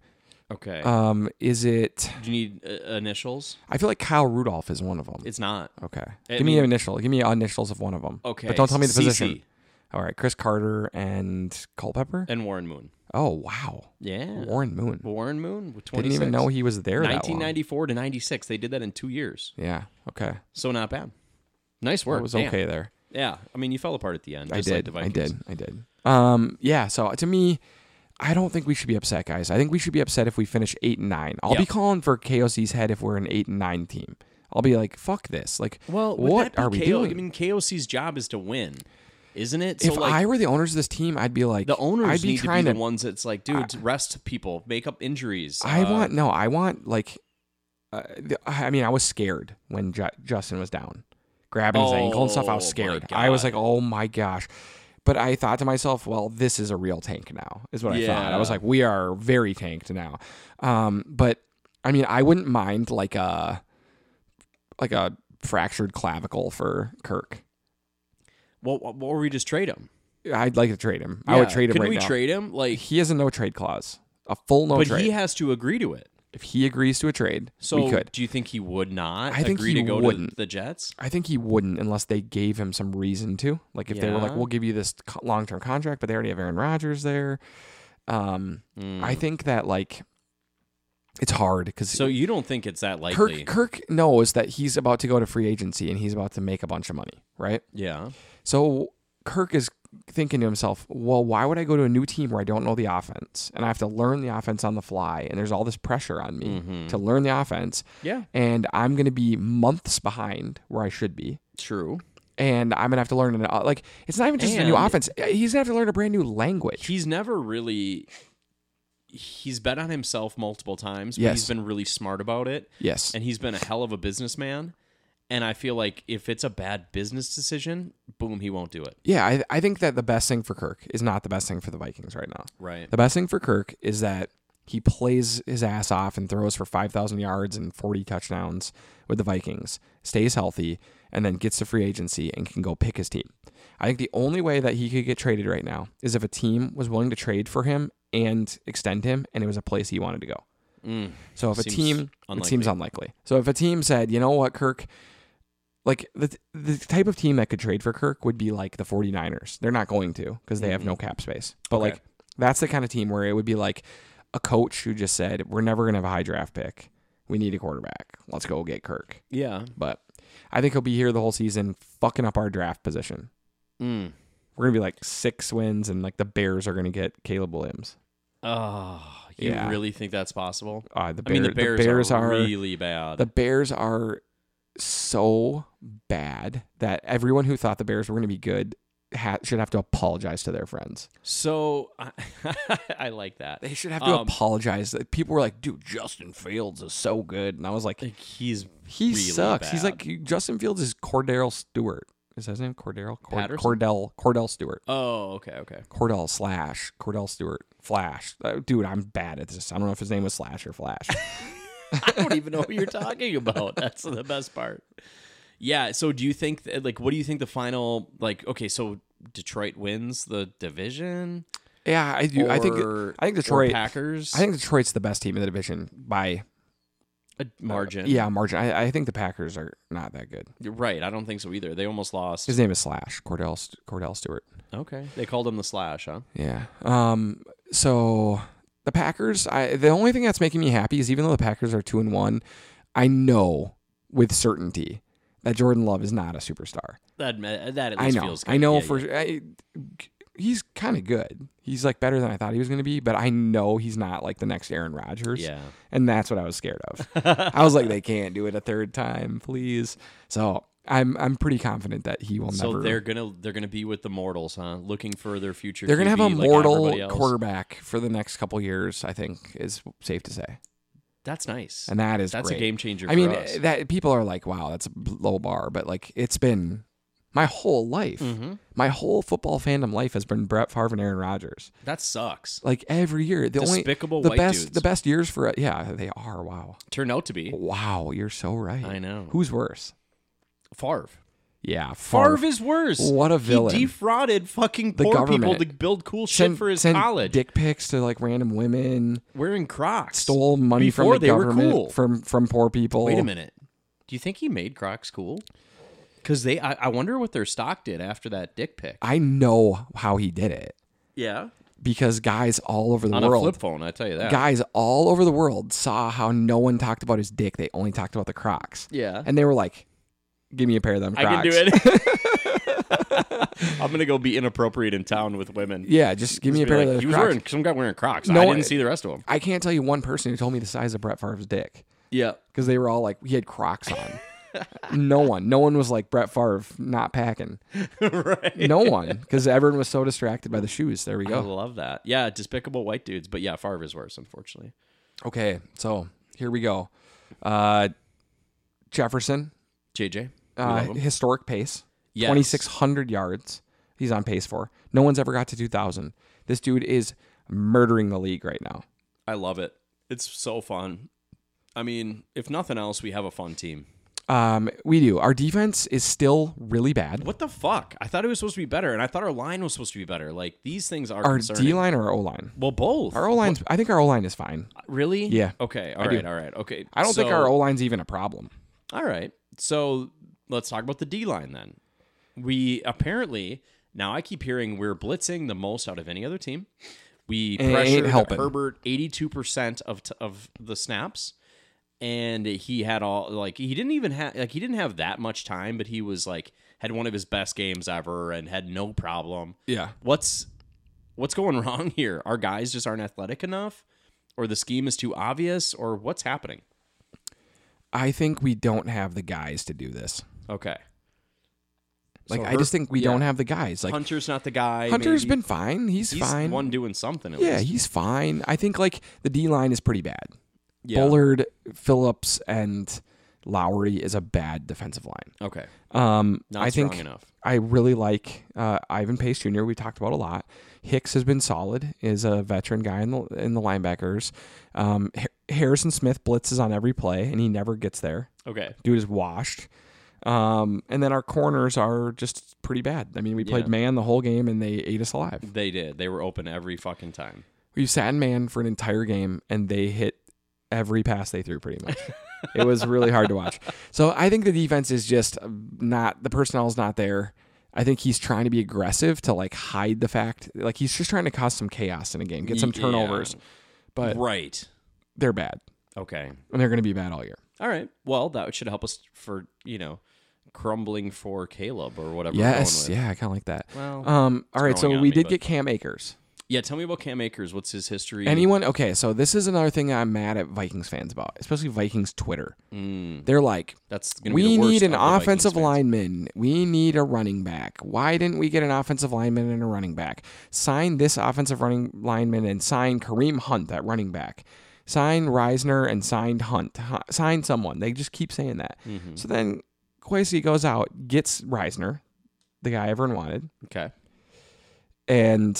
Speaker 2: Okay.
Speaker 1: Um, is it?
Speaker 2: do you need uh, initials?
Speaker 1: I feel like Kyle Rudolph is one of them.
Speaker 2: It's not.
Speaker 1: Okay,
Speaker 2: I
Speaker 1: give me
Speaker 2: mean-
Speaker 1: an initial. Give me initials of one of them.
Speaker 2: Okay.
Speaker 1: but don't tell me the
Speaker 2: CC
Speaker 1: position. All right, Chris Carter and Culpepper.
Speaker 2: And Warren Moon.
Speaker 1: Oh wow,
Speaker 2: Yeah.
Speaker 1: Warren Moon.
Speaker 2: Warren Moon with 26.
Speaker 1: Didn't even know he was there. That long.
Speaker 2: 1994 to 96. They did that in 2 years.
Speaker 1: Yeah. Okay.
Speaker 2: So not bad. Nice work.
Speaker 1: It was
Speaker 2: Damn.
Speaker 1: okay there.
Speaker 2: Yeah. I mean, you fell apart at the end.
Speaker 1: I
Speaker 2: just Like
Speaker 1: did.
Speaker 2: the
Speaker 1: I
Speaker 2: Vikings.
Speaker 1: did. I did. Um. Yeah. So to me, I don't think we should be upset, guys. I think we should be upset if we finish eight and nine. I'll be
Speaker 2: Yeah.
Speaker 1: calling for KOC's head if we're an eight and nine team. I'll be like, fuck this. Like,
Speaker 2: Well, would
Speaker 1: what
Speaker 2: that be
Speaker 1: are we
Speaker 2: KO
Speaker 1: doing?
Speaker 2: I mean, KOC's job is to win, isn't it?
Speaker 1: if
Speaker 2: so like
Speaker 1: I were the owners of this team, I'd be like,
Speaker 2: the owners
Speaker 1: I'd be
Speaker 2: need
Speaker 1: trying
Speaker 2: to be the ones that's like, dude, rest people, make up injuries.
Speaker 1: I
Speaker 2: uh,
Speaker 1: want no. I want like. Uh, the- I mean, I was scared when Ju- Justin was down, grabbing his ankle and stuff. I was
Speaker 2: Oh, my
Speaker 1: scared. I was like, oh my gosh. But I thought to myself, well, this is a real tank now, is what I thought. I was
Speaker 2: Yeah.
Speaker 1: like, we are very tanked now. Um, but I mean, I wouldn't mind like a like a fractured clavicle for Kirk.
Speaker 2: Well, what were we just trade him?
Speaker 1: I'd like to trade him. I would
Speaker 2: Yeah.
Speaker 1: trade him
Speaker 2: Could
Speaker 1: right
Speaker 2: we
Speaker 1: now.
Speaker 2: trade him? Like,
Speaker 1: he has a no trade clause. a full no
Speaker 2: but
Speaker 1: trade.
Speaker 2: he has to agree to it.
Speaker 1: if he agrees to a trade,
Speaker 2: So
Speaker 1: we could.
Speaker 2: do you think he would not
Speaker 1: I think
Speaker 2: agree
Speaker 1: he
Speaker 2: to go to
Speaker 1: wouldn't.
Speaker 2: the Jets?
Speaker 1: I think he wouldn't unless they gave him some reason to. Like if they were like,
Speaker 2: Yeah.
Speaker 1: "We'll give you this co- long-term contract," but they already have Aaron Rodgers there. Um, I think that like it's hard because
Speaker 2: Hmm. So you don't think it's that likely?
Speaker 1: Kirk Kirk knows that he's about to go to free agency and he's about to make a bunch of money, right?
Speaker 2: yeah.
Speaker 1: So Kirk is thinking to himself, well, why would I go to a new team where I don't know the offense and I have to learn the offense on the fly and there's all this pressure on me
Speaker 2: Mm-hmm.
Speaker 1: to learn the offense
Speaker 2: Yeah.
Speaker 1: and I'm going to be months behind where I should be
Speaker 2: True.
Speaker 1: and I'm going to have to learn an uh, like it's not even just a new
Speaker 2: And-
Speaker 1: offense. Uh, He's going to have to learn a brand new language.
Speaker 2: He's never really. He's bet on himself multiple times, but he's
Speaker 1: Yes.
Speaker 2: been really smart about it.
Speaker 1: Yes.
Speaker 2: and he's been a hell of a businessman. And I feel like if it's a bad business decision, boom, he won't do it.
Speaker 1: Yeah, I, I think that the best thing for Kirk is not the best thing for the Vikings right now.
Speaker 2: Right.
Speaker 1: The best thing for Kirk is that he plays his ass off and throws for 5,000 yards and 40 touchdowns with the Vikings, stays healthy, and then gets to free agency and can go pick his team. I think the only way that he could get traded right now is if a team was willing to trade for him and extend him and it was a place he wanted to go.
Speaker 2: Mm.
Speaker 1: So if
Speaker 2: Seems
Speaker 1: a team, it seems unlikely. So if a team said, you know what, Kirk, like the the type of team that could trade for Kirk would be like the 49ers. They're not going to because they have no cap space. But
Speaker 2: Mm-hmm. Okay.
Speaker 1: like that's the kind of team where it would be like a coach who just said, we're never going to have a high draft pick. We need a quarterback. Let's go get Kirk.
Speaker 2: Yeah.
Speaker 1: But I think he'll be here the whole season fucking up our draft position.
Speaker 2: Mm.
Speaker 1: We're going to be like six wins and like the Bears are going to get Caleb Williams.
Speaker 2: Oh, you
Speaker 1: Yeah.
Speaker 2: really think that's possible?
Speaker 1: Uh, the,
Speaker 2: I mean,
Speaker 1: Bear-
Speaker 2: the Bears, are, really bad.
Speaker 1: The Bears are so bad that everyone who thought the Bears were going to be good ha- should have to apologize to their friends.
Speaker 2: so I, I like that.
Speaker 1: They should have to
Speaker 2: Um,
Speaker 1: apologize. People were like, "Dude, Justin Fields is so good," and I was like,
Speaker 2: Like, he's
Speaker 1: "He
Speaker 2: really
Speaker 1: sucks." He's
Speaker 2: bad.
Speaker 1: like, "Justin Fields is Cordell Stewart." Is that his name Cordell? Cord-
Speaker 2: Patterson?
Speaker 1: Cordell Cordell Stewart.
Speaker 2: oh okay okay.
Speaker 1: Cordell slash Cordell Stewart Flash. Uh, dude, I'm bad at this. I don't know if his name was Slash or Flash.
Speaker 2: I don't even know what you're talking about. That's the best part. Yeah. So do you think that, like what do you think the final like okay so Detroit wins the division?
Speaker 1: yeah, I do. I think
Speaker 2: Or-
Speaker 1: I think
Speaker 2: or
Speaker 1: Detroit. I
Speaker 2: Packers
Speaker 1: think Detroit's the best team in the division by
Speaker 2: a margin.
Speaker 1: uh, Yeah, margin. I, I think the Packers are not that good.
Speaker 2: You're right. I don't think so either. They almost lost.
Speaker 1: His name is Slash Cordell St- Cordell Stewart.
Speaker 2: Okay. They called him the slash, huh?
Speaker 1: Yeah. Um. So the Packers. I the only thing that's making me happy is even though the Packers are two and one, I know with certainty that Jordan Love is not a superstar.
Speaker 2: That that at
Speaker 1: I
Speaker 2: least
Speaker 1: know.
Speaker 2: feels good.
Speaker 1: I know
Speaker 2: Yeah,
Speaker 1: for
Speaker 2: yeah.
Speaker 1: I, he's kind of good. He's like better than I thought he was going to be, but I know he's not like the next Aaron Rodgers.
Speaker 2: Yeah.
Speaker 1: And that's what I was scared of. I was like, they can't do it a third time, please. So I'm I'm pretty confident that he will
Speaker 2: So
Speaker 1: never.
Speaker 2: they're gonna they're gonna be with the mortals, huh? Looking for their future.
Speaker 1: they're gonna have a
Speaker 2: QB like
Speaker 1: mortal
Speaker 2: everybody else.
Speaker 1: quarterback for the next couple years. I think is safe to say,
Speaker 2: That's nice.
Speaker 1: and that is
Speaker 2: That's
Speaker 1: great.
Speaker 2: a game changer.
Speaker 1: I mean,
Speaker 2: for us.
Speaker 1: that people are like, wow, that's a low bar, but like it's been my whole life,
Speaker 2: Mhm.
Speaker 1: my whole football fandom life has been Brett Favre and Aaron Rodgers.
Speaker 2: that sucks.
Speaker 1: Like every year, the
Speaker 2: Despicable
Speaker 1: only the
Speaker 2: white
Speaker 1: best
Speaker 2: dudes.
Speaker 1: the best years for yeah they are. Wow,
Speaker 2: Turned out to be
Speaker 1: wow, you're so right.
Speaker 2: I know.
Speaker 1: Who's worse?
Speaker 2: Favre.
Speaker 1: Yeah,
Speaker 2: Favre, is worse.
Speaker 1: What a villain.
Speaker 2: He defrauded fucking poor
Speaker 1: government.
Speaker 2: people to build cool shit
Speaker 1: send,
Speaker 2: for his
Speaker 1: send
Speaker 2: college.
Speaker 1: Dick pics to like random women.
Speaker 2: Wearing Crocs.
Speaker 1: Stole money
Speaker 2: Before
Speaker 1: from the
Speaker 2: they were
Speaker 1: government
Speaker 2: cool.
Speaker 1: from from poor people.
Speaker 2: Wait a minute. Do you think he made Crocs cool? Because they, I, I wonder what their stock did after that dick pic.
Speaker 1: I know how he did it
Speaker 2: Yeah,
Speaker 1: because guys all over the
Speaker 2: on a
Speaker 1: world,
Speaker 2: flip phone. I tell you that.
Speaker 1: guys all over the world saw how no one talked about his dick. They only talked about the Crocs.
Speaker 2: yeah,
Speaker 1: and they were like, "Give me a pair of them."
Speaker 2: I
Speaker 1: Crocs.
Speaker 2: can do it. I'm gonna go be inappropriate in town with women.
Speaker 1: Yeah, just give me a
Speaker 2: Be
Speaker 1: pair
Speaker 2: like,
Speaker 1: of
Speaker 2: he
Speaker 1: those
Speaker 2: was
Speaker 1: Crocs.
Speaker 2: wearing some guy wearing Crocs.
Speaker 1: No,
Speaker 2: I didn't
Speaker 1: it-
Speaker 2: see the rest of them.
Speaker 1: I can't tell you one person who told me the size of Brett Favre's dick
Speaker 2: Yeah,
Speaker 1: because they were all like, he had Crocs on. no one, no one was like Brett Favre not packing.
Speaker 2: right.
Speaker 1: No one, because everyone was so distracted by the shoes. There we
Speaker 2: I
Speaker 1: go.
Speaker 2: love that. Yeah, despicable white dudes. But yeah, Favre is worse, unfortunately.
Speaker 1: Okay, so here we go. Uh, Jefferson,
Speaker 2: JJ, we
Speaker 1: uh,
Speaker 2: love him.
Speaker 1: historic pace,
Speaker 2: Yes.
Speaker 1: 2,600 yards. He's on pace for. No one's ever got to 2,000. This dude is murdering the league right now.
Speaker 2: I love it. It's so fun. I mean, if nothing else, we have a fun team.
Speaker 1: Um, we do. Our defense is still really bad.
Speaker 2: What the fuck? I thought it was supposed to be better, and I thought our line was supposed to be better. Like these things are
Speaker 1: Our
Speaker 2: concerning.
Speaker 1: D line or our O line?
Speaker 2: well, both.
Speaker 1: Our O line's. I think our O line is fine.
Speaker 2: really?
Speaker 1: Yeah.
Speaker 2: Okay. All right. All right. Okay.
Speaker 1: I don't think
Speaker 2: So-
Speaker 1: our O line's even a problem.
Speaker 2: All right. So let's talk about the D line then. We apparently now I keep hearing we're blitzing the most out of any other team. We
Speaker 1: And it ain't
Speaker 2: pressured
Speaker 1: helping.
Speaker 2: Herbert eighty two percent of t- of the snaps, and he had all like he didn't even have like he didn't have that much time, but he was like had one of his best games ever and had no problem.
Speaker 1: Yeah.
Speaker 2: What's what's going wrong here? Our guys just aren't athletic enough, or the scheme is too obvious, or what's happening?
Speaker 1: I think we don't have the guys to do this.
Speaker 2: Okay,
Speaker 1: Like
Speaker 2: So
Speaker 1: I
Speaker 2: Her-
Speaker 1: just think we
Speaker 2: yeah.
Speaker 1: don't have the guys. Like
Speaker 2: Hunter's not the guy.
Speaker 1: Hunter's
Speaker 2: maybe.
Speaker 1: been fine. He's,
Speaker 2: He's
Speaker 1: fine.
Speaker 2: the one doing something. At
Speaker 1: yeah,
Speaker 2: least.
Speaker 1: he's fine. I think like the D line is pretty bad.
Speaker 2: Yeah.
Speaker 1: Bullard, Phillips, and Lowry is a bad defensive line.
Speaker 2: Okay.
Speaker 1: Um,
Speaker 2: Not
Speaker 1: I
Speaker 2: strong
Speaker 1: think
Speaker 2: enough.
Speaker 1: I really like uh, Ivan Pace Jr. We talked about a lot. Hicks has been solid. Is a veteran guy in the in the linebackers. Um, Har- Harrison Smith blitzes on every play, and he never gets there.
Speaker 2: Okay.
Speaker 1: Dude is washed. Um, and then our corners are just pretty bad. I mean, we played
Speaker 2: Yeah. Mm.
Speaker 1: man the whole game, and they ate us alive.
Speaker 2: They did. They were open every fucking time.
Speaker 1: We sat in man for an entire game, and they hit every pass they threw pretty much. it was really hard to watch. So I think the defense is just not the personnel is not there. I think he's trying to be aggressive to like hide the fact, like he's just trying to cause some chaos in a game, get some
Speaker 2: Yeah.
Speaker 1: turnovers. But
Speaker 2: Right.
Speaker 1: they're bad,
Speaker 2: Okay.
Speaker 1: and they're going to be bad all year.
Speaker 2: All right. Well, that should help us for you know crumbling for Caleb or whatever. we're
Speaker 1: Yes,
Speaker 2: going with.
Speaker 1: yeah, I kind of like that.
Speaker 2: Well,
Speaker 1: um, all right, so
Speaker 2: growing on
Speaker 1: we
Speaker 2: me,
Speaker 1: did
Speaker 2: but-
Speaker 1: get Cam Akers.
Speaker 2: Yeah. Tell me about Cam Akers. What's his history?
Speaker 1: Anyone? Okay, so this is another thing I'm mad at Vikings fans about, especially Vikings Twitter.
Speaker 2: Mm,
Speaker 1: They're like,
Speaker 2: that's gonna be
Speaker 1: we
Speaker 2: the worst
Speaker 1: need an
Speaker 2: of the Vikings
Speaker 1: offensive
Speaker 2: fans.
Speaker 1: lineman. We need a running back. Why didn't we get an offensive lineman and a running back? Sign this offensive running lineman and sign Kareem Hunt at running back. Sign Reisner and signed Hunt. Hu- Sign someone. They just keep saying that.
Speaker 2: Mm-hmm. Mm.
Speaker 1: So then Quasi goes out, gets Reisner, the guy everyone wanted,
Speaker 2: Okay.
Speaker 1: and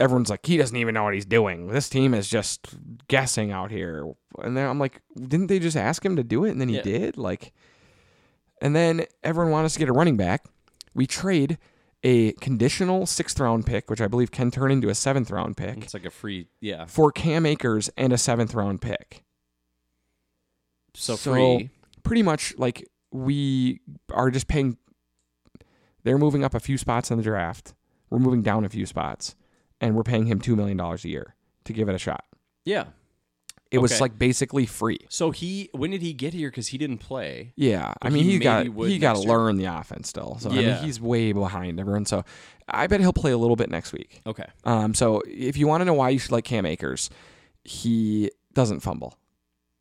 Speaker 1: everyone's like, he doesn't even know what he's doing. This team is just guessing out here. And then I'm like, didn't they just ask him to do it? And then he
Speaker 2: Yeah.
Speaker 1: did. Like, and then everyone wanted us to get a running back. We trade a conditional sixth round pick, which I believe can turn into a seventh round pick,
Speaker 2: It's like a free. Yeah.
Speaker 1: for Cam Akers and a seventh round pick.
Speaker 2: So,
Speaker 1: So-
Speaker 2: free.
Speaker 1: Pretty much like we are just paying, they're moving up a few spots in the draft. We're moving down a few spots, and we're paying him $2 million a year to give it a shot.
Speaker 2: Yeah.
Speaker 1: It was
Speaker 2: Okay.
Speaker 1: like basically free.
Speaker 2: So he. When did he get here? Because he didn't play.
Speaker 1: Yeah, I
Speaker 2: But
Speaker 1: mean
Speaker 2: he
Speaker 1: he,
Speaker 2: maybe
Speaker 1: got
Speaker 2: would
Speaker 1: he got to
Speaker 2: next year.
Speaker 1: learn the offense still. So I mean
Speaker 2: Yeah.
Speaker 1: he's way behind everyone. So I bet he'll play a little bit next week.
Speaker 2: Okay.
Speaker 1: Um, so if you want to know why you should like Cam Akers, he doesn't fumble.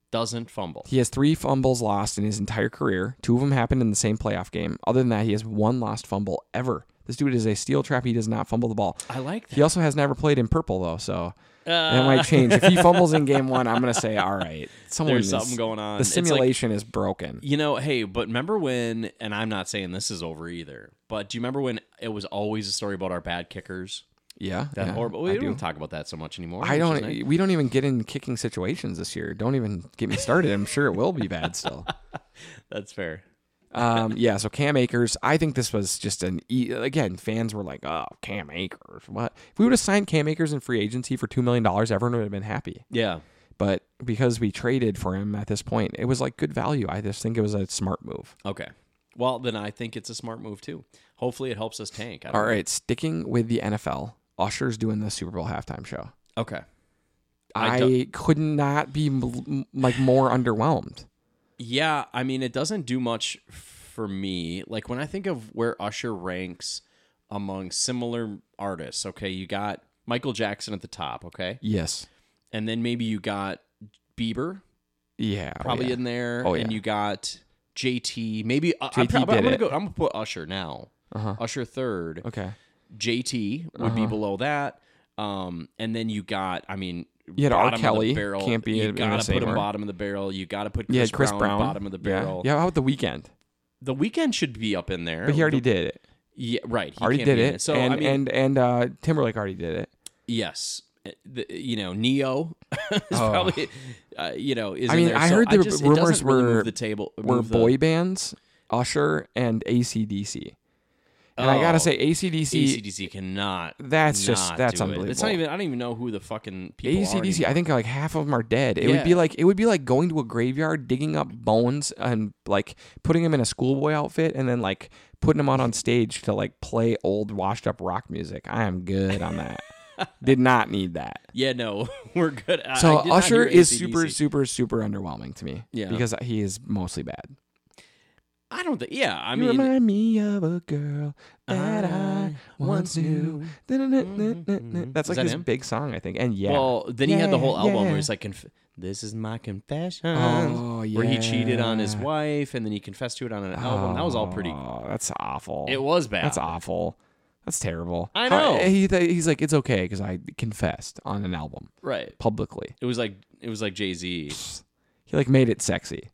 Speaker 2: Doesn't fumble.
Speaker 1: He has three fumbles lost in his entire career. Two of them happened in the same playoff game. Other than that, he has one lost fumble ever. This dude is a steel trap. He does not fumble the ball.
Speaker 2: I like that.
Speaker 1: He also has never played in purple though, so that
Speaker 2: Uh.
Speaker 1: might change. If he fumbles in game one, I'm gonna say, all right, someone
Speaker 2: There's
Speaker 1: is-
Speaker 2: something going on.
Speaker 1: The
Speaker 2: It's like-
Speaker 1: simulation is broken.
Speaker 2: You know, hey, but remember when, and I'm not saying this is over either, but do you remember when it was always a story about our bad kickers?
Speaker 1: Yeah,
Speaker 2: That
Speaker 1: yeah,
Speaker 2: horrible.
Speaker 1: I
Speaker 2: We
Speaker 1: do.
Speaker 2: don't talk about that so much anymore.
Speaker 1: I
Speaker 2: which is
Speaker 1: don't.
Speaker 2: nice.
Speaker 1: We don't even get in kicking situations this year. Don't even get me started. I'm sure it will be bad still. e-
Speaker 2: That's fair.
Speaker 1: Um, yeah. So Cam Akers, I think this was just an e- again. Fans were like, "Oh, Cam Akers, what?" If we would have signed Cam Akers in free agency for two million dollars, everyone would have been happy.
Speaker 2: Yeah.
Speaker 1: But because we traded for him at this point, it was like good value. I just think it was a smart move.
Speaker 2: Okay. Well, then I think it's a smart move too. Hopefully, it helps us tank. I don't
Speaker 1: All
Speaker 2: know.
Speaker 1: right, sticking with the NFL, Usher's doing the Super Bowl halftime show.
Speaker 2: Okay. I
Speaker 1: I, could not be m- like more underwhelmed.
Speaker 2: Yeah, I mean, it doesn't do much for me. Like when I think of where Usher ranks among similar artists, okay, you got Michael Jackson at the top, okay,
Speaker 1: Yes.
Speaker 2: and then maybe you got Bieber
Speaker 1: Yeah. oh,
Speaker 2: probably
Speaker 1: yeah.
Speaker 2: in there.
Speaker 1: Oh,
Speaker 2: And
Speaker 1: yeah.
Speaker 2: you got JT. Maybe uh, I'm,
Speaker 1: JT
Speaker 2: prob- I'm
Speaker 1: did
Speaker 2: gonna
Speaker 1: it.
Speaker 2: go. I'm gonna put Usher now.
Speaker 1: Uh-huh.
Speaker 2: Usher third.
Speaker 1: Okay. Uh-huh.
Speaker 2: JT would be below that. Um, and then you got. I mean,
Speaker 1: You had R.
Speaker 2: bottom of the
Speaker 1: Kelly.
Speaker 2: barrel.
Speaker 1: Can't be in-
Speaker 2: You
Speaker 1: in the
Speaker 2: gotta
Speaker 1: same
Speaker 2: put him
Speaker 1: or-
Speaker 2: bottom of the barrel. You gotta put Chris,
Speaker 1: yeah, Chris
Speaker 2: Brown,
Speaker 1: Brown,
Speaker 2: bottom of the barrel.
Speaker 1: Yeah, yeah how about the weekend?
Speaker 2: The weekend should be up in there.
Speaker 1: But he already
Speaker 2: The-
Speaker 1: did it.
Speaker 2: Yeah, right. He
Speaker 1: already
Speaker 2: can't be
Speaker 1: did
Speaker 2: in
Speaker 1: it.
Speaker 2: So
Speaker 1: and
Speaker 2: I mean,
Speaker 1: and and uh, Timberlake already did it.
Speaker 2: yes, Uh, the- you know, Neo is
Speaker 1: Oh.
Speaker 2: probably. uh, you know, is
Speaker 1: I
Speaker 2: in
Speaker 1: mean,
Speaker 2: there.
Speaker 1: I
Speaker 2: So
Speaker 1: heard the
Speaker 2: just, it
Speaker 1: rumors
Speaker 2: doesn't really
Speaker 1: were-
Speaker 2: move the table.
Speaker 1: were
Speaker 2: move the-
Speaker 1: boy bands, Usher and ACDC. And I
Speaker 2: Oh,
Speaker 1: gotta say, ACDC,
Speaker 2: ACDC cannot.
Speaker 1: that's just
Speaker 2: not
Speaker 1: that's
Speaker 2: do it.
Speaker 1: unbelievable.
Speaker 2: It's not even. I don't even know who the fucking people are.
Speaker 1: ACDC, I think like half of them are dead. It would be
Speaker 2: Yeah.
Speaker 1: like it would be like going to a graveyard, digging up bones, and like putting them in a schoolboy outfit, and then like putting them out on stage to like play old washed up rock music. I am good on that. Did not need that.
Speaker 2: Yeah, no, we're good. I-
Speaker 1: So
Speaker 2: I did not
Speaker 1: Usher
Speaker 2: hear
Speaker 1: is
Speaker 2: AC/DC.
Speaker 1: super, super, super underwhelming to me.
Speaker 2: Yeah.
Speaker 1: because he is mostly bad.
Speaker 2: I don't think. Yeah, I
Speaker 1: you
Speaker 2: mean,
Speaker 1: remind me of a girl that I
Speaker 2: I
Speaker 1: once
Speaker 2: once
Speaker 1: knew.
Speaker 2: knew. Mm-hmm.
Speaker 1: Da-da-da-da-da-da. That's
Speaker 2: Is
Speaker 1: like
Speaker 2: that
Speaker 1: his
Speaker 2: him?
Speaker 1: big song, I think. And yeah,
Speaker 2: well, then he had the whole
Speaker 1: Yeah,
Speaker 2: album
Speaker 1: yeah.
Speaker 2: where he's like, conf- "This is my confession,"
Speaker 1: Oh,
Speaker 2: where he cheated on his
Speaker 1: yeah.
Speaker 2: wife, and then he confessed to it on an album. That was all pretty.
Speaker 1: Oh, that's awful.
Speaker 2: It was bad.
Speaker 1: That's awful. That's terrible.
Speaker 2: I
Speaker 1: How-
Speaker 2: know.
Speaker 1: he, he's like, it's okay because I confessed on an album
Speaker 2: right.
Speaker 1: publicly.
Speaker 2: It was like it was like Jay Z
Speaker 1: He like made it sexy.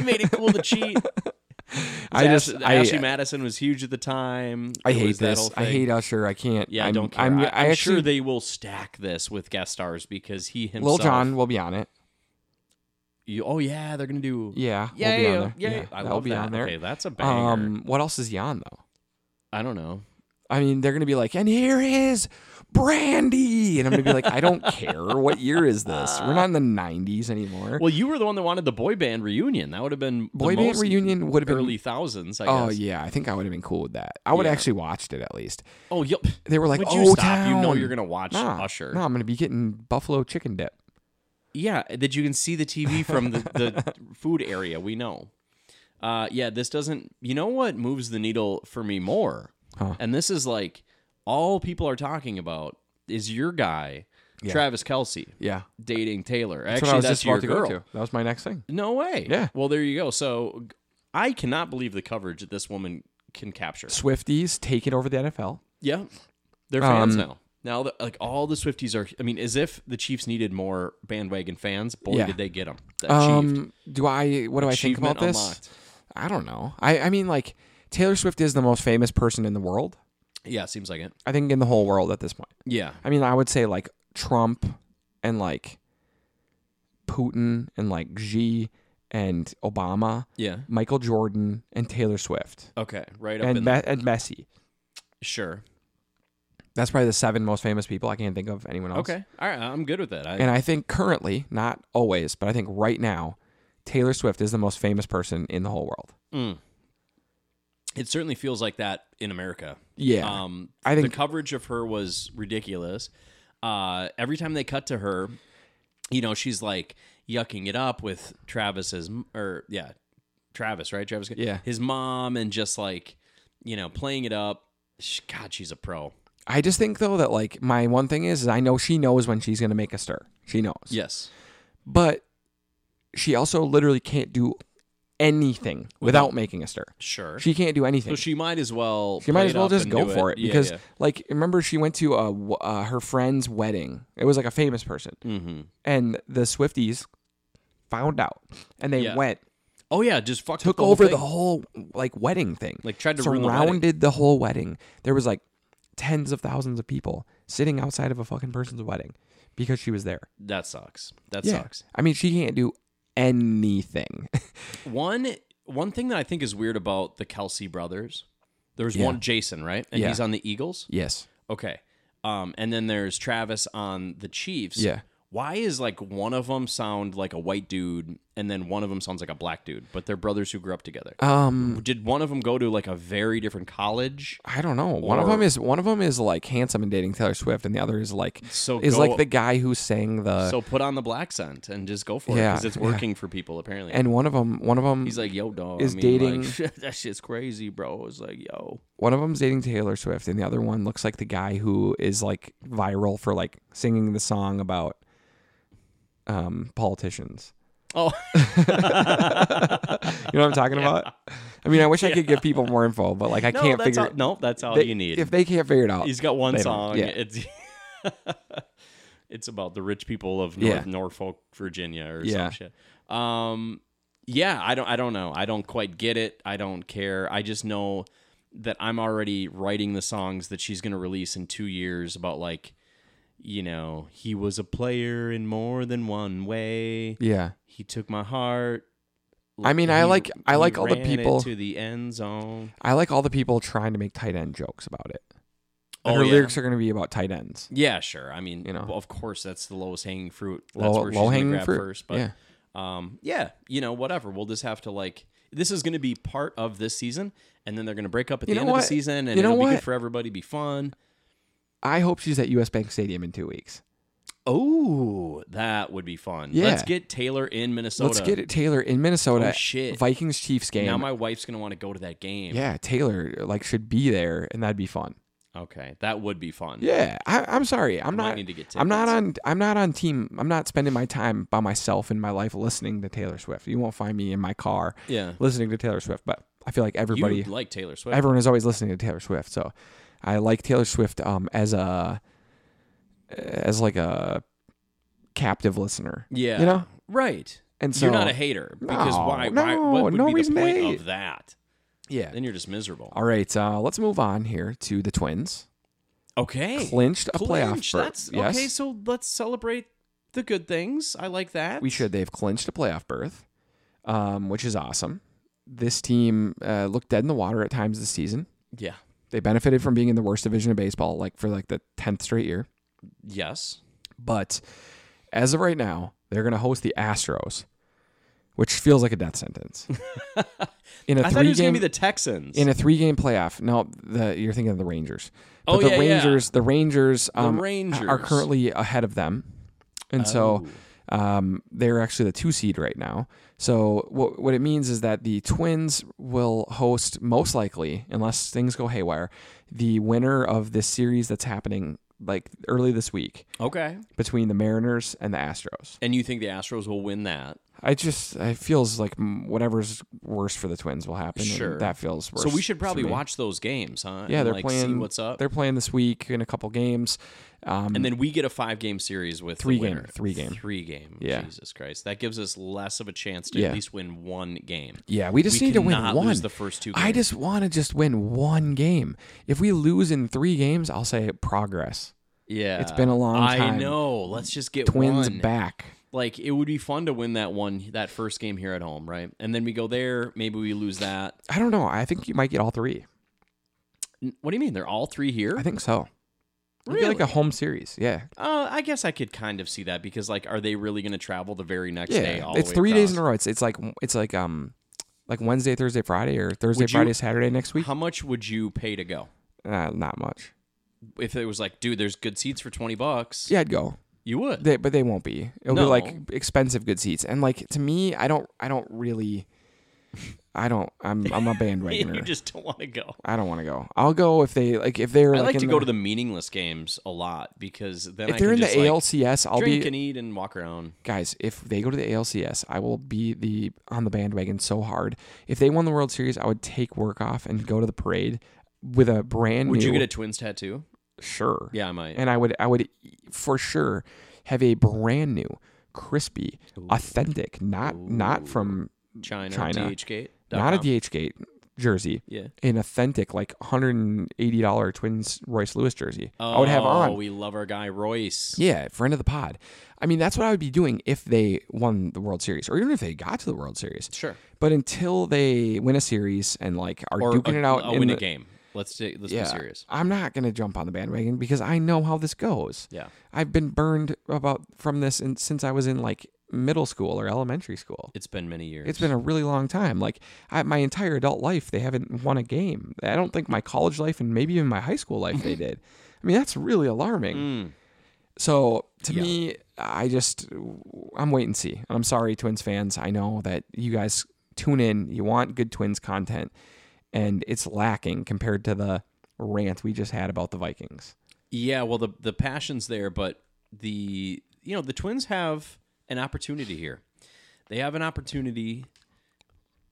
Speaker 2: made it cool to cheat.
Speaker 1: I just,
Speaker 2: Ash-
Speaker 1: I,
Speaker 2: Ashley Madison was huge at the time.
Speaker 1: I
Speaker 2: It
Speaker 1: hate
Speaker 2: was that
Speaker 1: this.
Speaker 2: whole
Speaker 1: I
Speaker 2: thing.
Speaker 1: hate Usher. I can't.
Speaker 2: Yeah, I'm, I
Speaker 1: I'm,
Speaker 2: do not care.
Speaker 1: I'm,
Speaker 2: I'm,
Speaker 1: I
Speaker 2: I'm sure
Speaker 1: actually-
Speaker 2: they will stack this with guest stars because he
Speaker 1: Lil
Speaker 2: himself.
Speaker 1: Jon will be on it.
Speaker 2: You, oh yeah, they're gonna do.
Speaker 1: Yeah,
Speaker 2: yeah,
Speaker 1: will be on
Speaker 2: yeah,
Speaker 1: there.
Speaker 2: yeah, yeah. I
Speaker 1: that'll
Speaker 2: love
Speaker 1: be
Speaker 2: that.
Speaker 1: on there.
Speaker 2: Okay, that's a banger.
Speaker 1: Um, what else is he on though?
Speaker 2: I don't know.
Speaker 1: I mean, they're gonna be like, and here is Brandy, and I'm gonna be like, I don't care. What year is this? We're not in the '90s anymore.
Speaker 2: Uh, Well, you were the one that wanted the boy band reunion. That would have been
Speaker 1: Boy
Speaker 2: the
Speaker 1: band
Speaker 2: most
Speaker 1: reunion would have been.
Speaker 2: early thousands. I
Speaker 1: oh
Speaker 2: guess.
Speaker 1: yeah, I think I would have been cool with that. I would
Speaker 2: Yeah.
Speaker 1: actually watched it at least.
Speaker 2: Oh yep.
Speaker 1: They were like,
Speaker 2: Would
Speaker 1: "Oh,
Speaker 2: you stop? You know
Speaker 1: town."
Speaker 2: you're gonna watch
Speaker 1: Nah,
Speaker 2: Usher.
Speaker 1: No, I'm gonna be getting buffalo chicken dip.
Speaker 2: Yeah, that you can see the TV from the, the food area. We know. Uh, yeah, this doesn't. You know what moves the needle for me more?
Speaker 1: Huh.
Speaker 2: And this is like all people are talking about is your guy,
Speaker 1: Yeah.
Speaker 2: Travis Kelsey,
Speaker 1: Yeah,
Speaker 2: dating Taylor.
Speaker 1: that's
Speaker 2: Actually,
Speaker 1: what I was
Speaker 2: that's
Speaker 1: just
Speaker 2: your
Speaker 1: about to go
Speaker 2: girl.
Speaker 1: to. That was my next thing.
Speaker 2: No way.
Speaker 1: Yeah.
Speaker 2: Well, there you go. So I cannot believe the coverage that this woman can capture.
Speaker 1: Swifties taking over the NFL.
Speaker 2: Yeah, they're fans
Speaker 1: Um,
Speaker 2: now. Now, that like all the Swifties are. I mean, as if the Chiefs needed more bandwagon fans. Boy,
Speaker 1: Yeah.
Speaker 2: did they get them.
Speaker 1: Um, do I? What do I think
Speaker 2: Achievement
Speaker 1: about this?
Speaker 2: unlocked.
Speaker 1: I don't know. I, I mean, like Taylor Swift is the most famous person in the world.
Speaker 2: Yeah, seems like it.
Speaker 1: I think in the whole world at this point.
Speaker 2: Yeah.
Speaker 1: I mean, I would say like Trump and like Putin and like Xi and Obama,
Speaker 2: Yeah.
Speaker 1: Michael Jordan and Taylor Swift
Speaker 2: Okay. Right up
Speaker 1: and
Speaker 2: in
Speaker 1: Me- and Messi.
Speaker 2: Sure.
Speaker 1: That's probably the seven most famous people. I can't think of anyone else.
Speaker 2: Okay. All right. I'm good with that. I,
Speaker 1: And I think currently, not always, but I think right now, Taylor Swift is the most famous person in the whole world.
Speaker 2: it certainly feels like that in America.
Speaker 1: Yeah.
Speaker 2: Um,
Speaker 1: I think-
Speaker 2: the coverage of her was ridiculous. Uh, every time they cut to her, you know, she's like yucking it up with Travis's or yeah, Travis, right? Travis,
Speaker 1: Yeah.
Speaker 2: his mom, and just like you know, playing it up. Sh God, she's a pro.
Speaker 1: I just think though that like my one thing is, is I know she knows when she's gonna make a stir. She knows.
Speaker 2: Yes.
Speaker 1: But she also literally can't do anything without making a stir.
Speaker 2: Sure.
Speaker 1: She can't do anything.
Speaker 2: so she might as well.
Speaker 1: She might
Speaker 2: play
Speaker 1: as well
Speaker 2: up
Speaker 1: just
Speaker 2: and
Speaker 1: go
Speaker 2: do
Speaker 1: for it,
Speaker 2: Yeah,
Speaker 1: because,
Speaker 2: yeah.
Speaker 1: like, remember she went to uh, w- uh, her friend's wedding. It was like a famous person,
Speaker 2: Mhm.
Speaker 1: and the Swifties found out, and they
Speaker 2: Yeah.
Speaker 1: went
Speaker 2: Oh yeah, just fucked
Speaker 1: took
Speaker 2: up the whole
Speaker 1: over
Speaker 2: thing.
Speaker 1: the whole like wedding thing.
Speaker 2: Like, tried to ruin
Speaker 1: surrounded
Speaker 2: the wedding.
Speaker 1: the whole wedding. There was like tens of thousands of people sitting outside of a fucking person's wedding because she was there.
Speaker 2: That sucks. That sucks.
Speaker 1: I mean, she can't do anything.
Speaker 2: One one thing that I think is weird about the Kelsey brothers. There's
Speaker 1: Yeah.
Speaker 2: one Jason, right? And
Speaker 1: Yeah.
Speaker 2: he's on the Eagles.
Speaker 1: yes.
Speaker 2: Okay. Um, and then there's Travis on the Chiefs.
Speaker 1: Yeah.
Speaker 2: Why is like one of them sound like a white dude and then one of them sounds like a black dude, but they're brothers who grew up together?
Speaker 1: Um,
Speaker 2: Did one of them go to like a very different college?
Speaker 1: I don't know. One of
Speaker 2: Or-
Speaker 1: them is one of them is like handsome and dating Taylor Swift, and the other is like
Speaker 2: So
Speaker 1: is
Speaker 2: go-
Speaker 1: like the guy who sang the.
Speaker 2: So put on the black scent and just go for it
Speaker 1: Uh, Yeah,
Speaker 2: because it's
Speaker 1: yeah.
Speaker 2: working for people apparently.
Speaker 1: and one of them, one of them,
Speaker 2: he's like, "Yo, dog,
Speaker 1: is
Speaker 2: I mean,
Speaker 1: dating-
Speaker 2: like, that shit's crazy, bro." It's like, "Yo,
Speaker 1: one of them's dating Taylor Swift, and the other one looks like the guy who is like viral for like singing the song about um politicians.
Speaker 2: oh,
Speaker 1: You know what I'm talking about? I mean, I wish I could give people more info, but like I
Speaker 2: no,
Speaker 1: can't
Speaker 2: that's
Speaker 1: figure.
Speaker 2: all, no, that's all
Speaker 1: they-
Speaker 2: you need."
Speaker 1: If they can't figure it out,
Speaker 2: He's got one
Speaker 1: They don't-
Speaker 2: song.
Speaker 1: yeah.
Speaker 2: It's it's about the rich people of North
Speaker 1: Yeah.
Speaker 2: Norfolk, Virginia, or
Speaker 1: Yeah.
Speaker 2: some shit. Um, yeah, I don't, I don't know. I don't quite get it. I don't care. I just know that I'm already writing the songs that she's gonna release in two years about like, you know, he was a player in more than one way.
Speaker 1: Yeah.
Speaker 2: He took my heart.
Speaker 1: I mean, I
Speaker 2: He-
Speaker 1: like- I
Speaker 2: he
Speaker 1: like all the
Speaker 2: ran it
Speaker 1: people-
Speaker 2: to the end zone.
Speaker 1: I like all the people trying to make tight end jokes about it. Like,
Speaker 2: Oh,
Speaker 1: her
Speaker 2: yeah.
Speaker 1: lyrics are going to be about tight ends.
Speaker 2: Yeah, sure. I mean,
Speaker 1: You
Speaker 2: you
Speaker 1: know.
Speaker 2: know, of course, that's the lowest hanging fruit. That's
Speaker 1: Low-
Speaker 2: where she's gonna
Speaker 1: low-hanging
Speaker 2: grab
Speaker 1: fruit.
Speaker 2: first. But
Speaker 1: Yeah.
Speaker 2: um, yeah, you know, whatever. We'll just have to like. This is going to be part of this season, and then they're going to break up at
Speaker 1: You
Speaker 2: the
Speaker 1: know
Speaker 2: end of
Speaker 1: what?
Speaker 2: the season, and
Speaker 1: You know
Speaker 2: it'll be
Speaker 1: what?
Speaker 2: good for everybody. Be fun.
Speaker 1: I hope she's at US Bank Stadium in two weeks.
Speaker 2: Oh, that would be fun.
Speaker 1: Yeah.
Speaker 2: Let's get Taylor in Minnesota.
Speaker 1: Let's get it, Taylor in Minnesota.
Speaker 2: Oh, shit.
Speaker 1: Vikings Chiefs game.
Speaker 2: Now my wife's going to want to go to that game.
Speaker 1: yeah, Taylor uh, like should be there, and that'd be fun.
Speaker 2: Okay, that would be fun.
Speaker 1: Yeah, I, I'm sorry, I'm
Speaker 2: Might
Speaker 1: not.
Speaker 2: need to get
Speaker 1: I'm not
Speaker 2: tickets.
Speaker 1: on. I'm not on team. I'm not spending my time by myself in my life listening to Taylor Swift. You won't find me in my car
Speaker 2: Yeah.
Speaker 1: listening to Taylor Swift. But I feel like everybody,
Speaker 2: You like Taylor Swift.
Speaker 1: everyone is always listening to Taylor Swift. So I like Taylor Swift um as a as like a captive listener.
Speaker 2: yeah.
Speaker 1: you know.
Speaker 2: Right.
Speaker 1: And so
Speaker 2: You're not a hater because
Speaker 1: No,
Speaker 2: why? why
Speaker 1: no,
Speaker 2: what would
Speaker 1: no
Speaker 2: be the
Speaker 1: reason to
Speaker 2: point
Speaker 1: hate.
Speaker 2: of that?
Speaker 1: yeah.
Speaker 2: Then you're just miserable.
Speaker 1: All right, uh, let's move on here to the Twins.
Speaker 2: Okay.
Speaker 1: Clinched a playoff
Speaker 2: Clinch,
Speaker 1: berth.
Speaker 2: That's
Speaker 1: yes,
Speaker 2: okay. So let's celebrate the good things. I like that.
Speaker 1: we should. They've clinched a playoff berth, um, which is awesome. This team uh, looked dead in the water at times this season.
Speaker 2: Yeah.
Speaker 1: They benefited from being in the worst division of baseball, like for like the tenth straight year.
Speaker 2: Yes.
Speaker 1: But as of right now, they're going to host the Astros, which feels like a death sentence. in a
Speaker 2: I thought it
Speaker 1: three
Speaker 2: was gonna
Speaker 1: game
Speaker 2: be the Texans.
Speaker 1: in a three game playoff. No, the, you're thinking of the Rangers. But
Speaker 2: Oh,
Speaker 1: the
Speaker 2: yeah, yeah.
Speaker 1: Rangers, the Rangers, um, are
Speaker 2: Rangers.
Speaker 1: currently ahead of them, and so
Speaker 2: Oh.
Speaker 1: um, they're actually the two seed right now. So what what it means is that the Twins will host most likely, unless things go haywire, the winner of this series that's happening like early this week
Speaker 2: okay.
Speaker 1: between the Mariners and the Astros.
Speaker 2: And you think the Astros will win that?
Speaker 1: I just it feels like mm, whatever's worse for the Twins will happen. and
Speaker 2: Sure.
Speaker 1: that feels worse.
Speaker 2: So we should probably
Speaker 1: for me.
Speaker 2: watch those games, huh?
Speaker 1: Yeah,
Speaker 2: And,
Speaker 1: they're
Speaker 2: like,
Speaker 1: playing.
Speaker 2: See what's up?
Speaker 1: They're playing this week in a couple games. Um,
Speaker 2: Oh. And then we get a five game series with the
Speaker 1: Three game,
Speaker 2: winner.
Speaker 1: three game.
Speaker 2: three game.
Speaker 1: Yeah.
Speaker 2: Jesus Christ, that gives us less of a chance to
Speaker 1: Yeah.
Speaker 2: at least win one game.
Speaker 1: yeah, we just
Speaker 2: we
Speaker 1: need to win
Speaker 2: cannot
Speaker 1: one.
Speaker 2: lose the first two
Speaker 1: I
Speaker 2: games.
Speaker 1: just want to just win one game. If we lose in three games, I'll say progress.
Speaker 2: Yeah,
Speaker 1: It's been a long
Speaker 2: I
Speaker 1: time.
Speaker 2: know. Let's just get
Speaker 1: Twins
Speaker 2: one.
Speaker 1: back.
Speaker 2: Like it would be fun to win that one, that first game here at home, right? And then we go there. Maybe we lose that.
Speaker 1: I don't know. I think you might get all three.
Speaker 2: N- What do you mean? They're all three here.
Speaker 1: I think so. It'd be
Speaker 2: really?
Speaker 1: like a home series. Yeah.
Speaker 2: uh, I guess I could kind of see that because, like, are they really going to travel the very next day?
Speaker 1: Yeah.
Speaker 2: All
Speaker 1: It's
Speaker 2: the way
Speaker 1: three days in
Speaker 2: across?
Speaker 1: a row. It's it's like it's like um like Wednesday, Thursday, Friday, or Thursday,
Speaker 2: Would you-
Speaker 1: Friday, Saturday next week.
Speaker 2: How much would you pay to go?
Speaker 1: Uh, not much.
Speaker 2: If it was like, dude, there's good seats for twenty bucks.
Speaker 1: Yeah, I'd go.
Speaker 2: you would.
Speaker 1: They, but they won't be. It'll be
Speaker 2: No.
Speaker 1: like expensive good seats. And like to me, I don't I don't really I don't I'm I'm a
Speaker 2: you
Speaker 1: bandwagoner.
Speaker 2: just don't want to go.
Speaker 1: I don't want to go. I'll go if they like if they're
Speaker 2: I like
Speaker 1: in
Speaker 2: to go to the meaningless games a lot because then
Speaker 1: if
Speaker 2: I
Speaker 1: they're
Speaker 2: can
Speaker 1: in the
Speaker 2: just, like,
Speaker 1: ALCS, I'll
Speaker 2: drink
Speaker 1: be
Speaker 2: and eat and walk around.
Speaker 1: guys, if they go to the ALCS, I will be the on the bandwagon so hard. If they won the World Series, I would take work off and go to the parade with a brand
Speaker 2: Would
Speaker 1: new
Speaker 2: you get a twins tattoo?
Speaker 1: sure.
Speaker 2: Yeah, I might.
Speaker 1: And I would I would e, for sure have a brand new, crispy, authentic, not not from
Speaker 2: China,
Speaker 1: China.
Speaker 2: DHgate.
Speaker 1: not a DH gate jersey,
Speaker 2: Yeah.
Speaker 1: an authentic like hundred and eighty dollar Twins Royce Lewis jersey. I would have on.
Speaker 2: Oh, We love our guy Royce.
Speaker 1: yeah, friend of the pod. I mean, that's what I would be doing if they won the World Series, or even if they got to the World Series.
Speaker 2: Sure.
Speaker 1: But until they win a series and like are
Speaker 2: Or
Speaker 1: duking
Speaker 2: a,
Speaker 1: it out
Speaker 2: a
Speaker 1: in
Speaker 2: win
Speaker 1: the,
Speaker 2: a game. Let's take, let's
Speaker 1: yeah,
Speaker 2: be serious.
Speaker 1: I'm not gonna jump on the bandwagon because I know how this goes.
Speaker 2: Yeah.
Speaker 1: I've been burned about from this in, since I was in like middle school or elementary school.
Speaker 2: It's been many years.
Speaker 1: It's been a really long time. Like I, my entire adult life, they haven't won a game. I don't think my college life and maybe even my high school life they did. I mean, that's really alarming. So to me, I just I'm wait and see. And I'm sorry, Twins fans. I know that you guys tune in. You want good Twins content, and it's lacking compared to the rant we just had about the Vikings.
Speaker 2: Yeah, well the the passion's there, but the you know, the twins have an opportunity here. They have an opportunity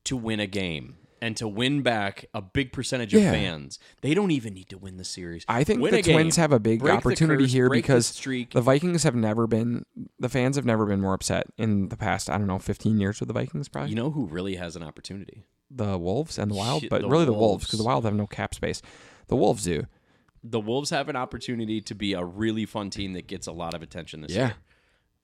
Speaker 2: to win a game and to win back a big percentage of
Speaker 1: Yeah.
Speaker 2: fans. They don't even need to win the series.
Speaker 1: I think
Speaker 2: Win
Speaker 1: the
Speaker 2: a game.
Speaker 1: Twins have a big
Speaker 2: Break the
Speaker 1: opportunity
Speaker 2: curse,
Speaker 1: here
Speaker 2: break the
Speaker 1: because
Speaker 2: streak.
Speaker 1: the Vikings have never been the fans have never been more upset in the past. I don't know, 15 years with the Vikings, probably
Speaker 2: you know who really has an opportunity?
Speaker 1: the Wolves and the Wild,
Speaker 2: Shit,
Speaker 1: but
Speaker 2: the
Speaker 1: really the Wolves
Speaker 2: Wolves.
Speaker 1: because the Wild have no cap space. The Wolves do,
Speaker 2: the Wolves have an opportunity to be a really fun team that gets a lot of attention this
Speaker 1: Yeah.
Speaker 2: year.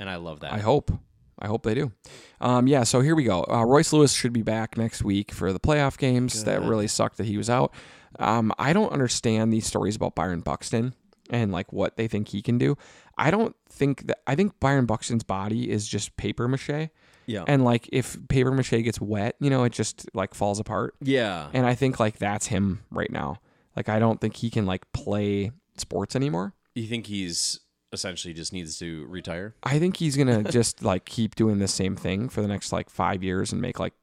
Speaker 2: And I love that.
Speaker 1: I hope. I hope they do. Um, yeah, so here we go. Uh, Royce Lewis should be back next week for the playoff games. That really sucked that he was out. Um, I don't understand these stories about Byron Buxton and like what they think he can do. I don't think that I think Byron Buxton's body is just paper mache.
Speaker 2: yeah.
Speaker 1: And like if paper mache gets wet, you know, it just like falls apart.
Speaker 2: yeah.
Speaker 1: And I think like that's him right now. Like I don't think he can like play sports anymore.
Speaker 2: you think he's essentially just needs to retire?
Speaker 1: I think he's gonna just like keep doing the same thing for the next like five years and make like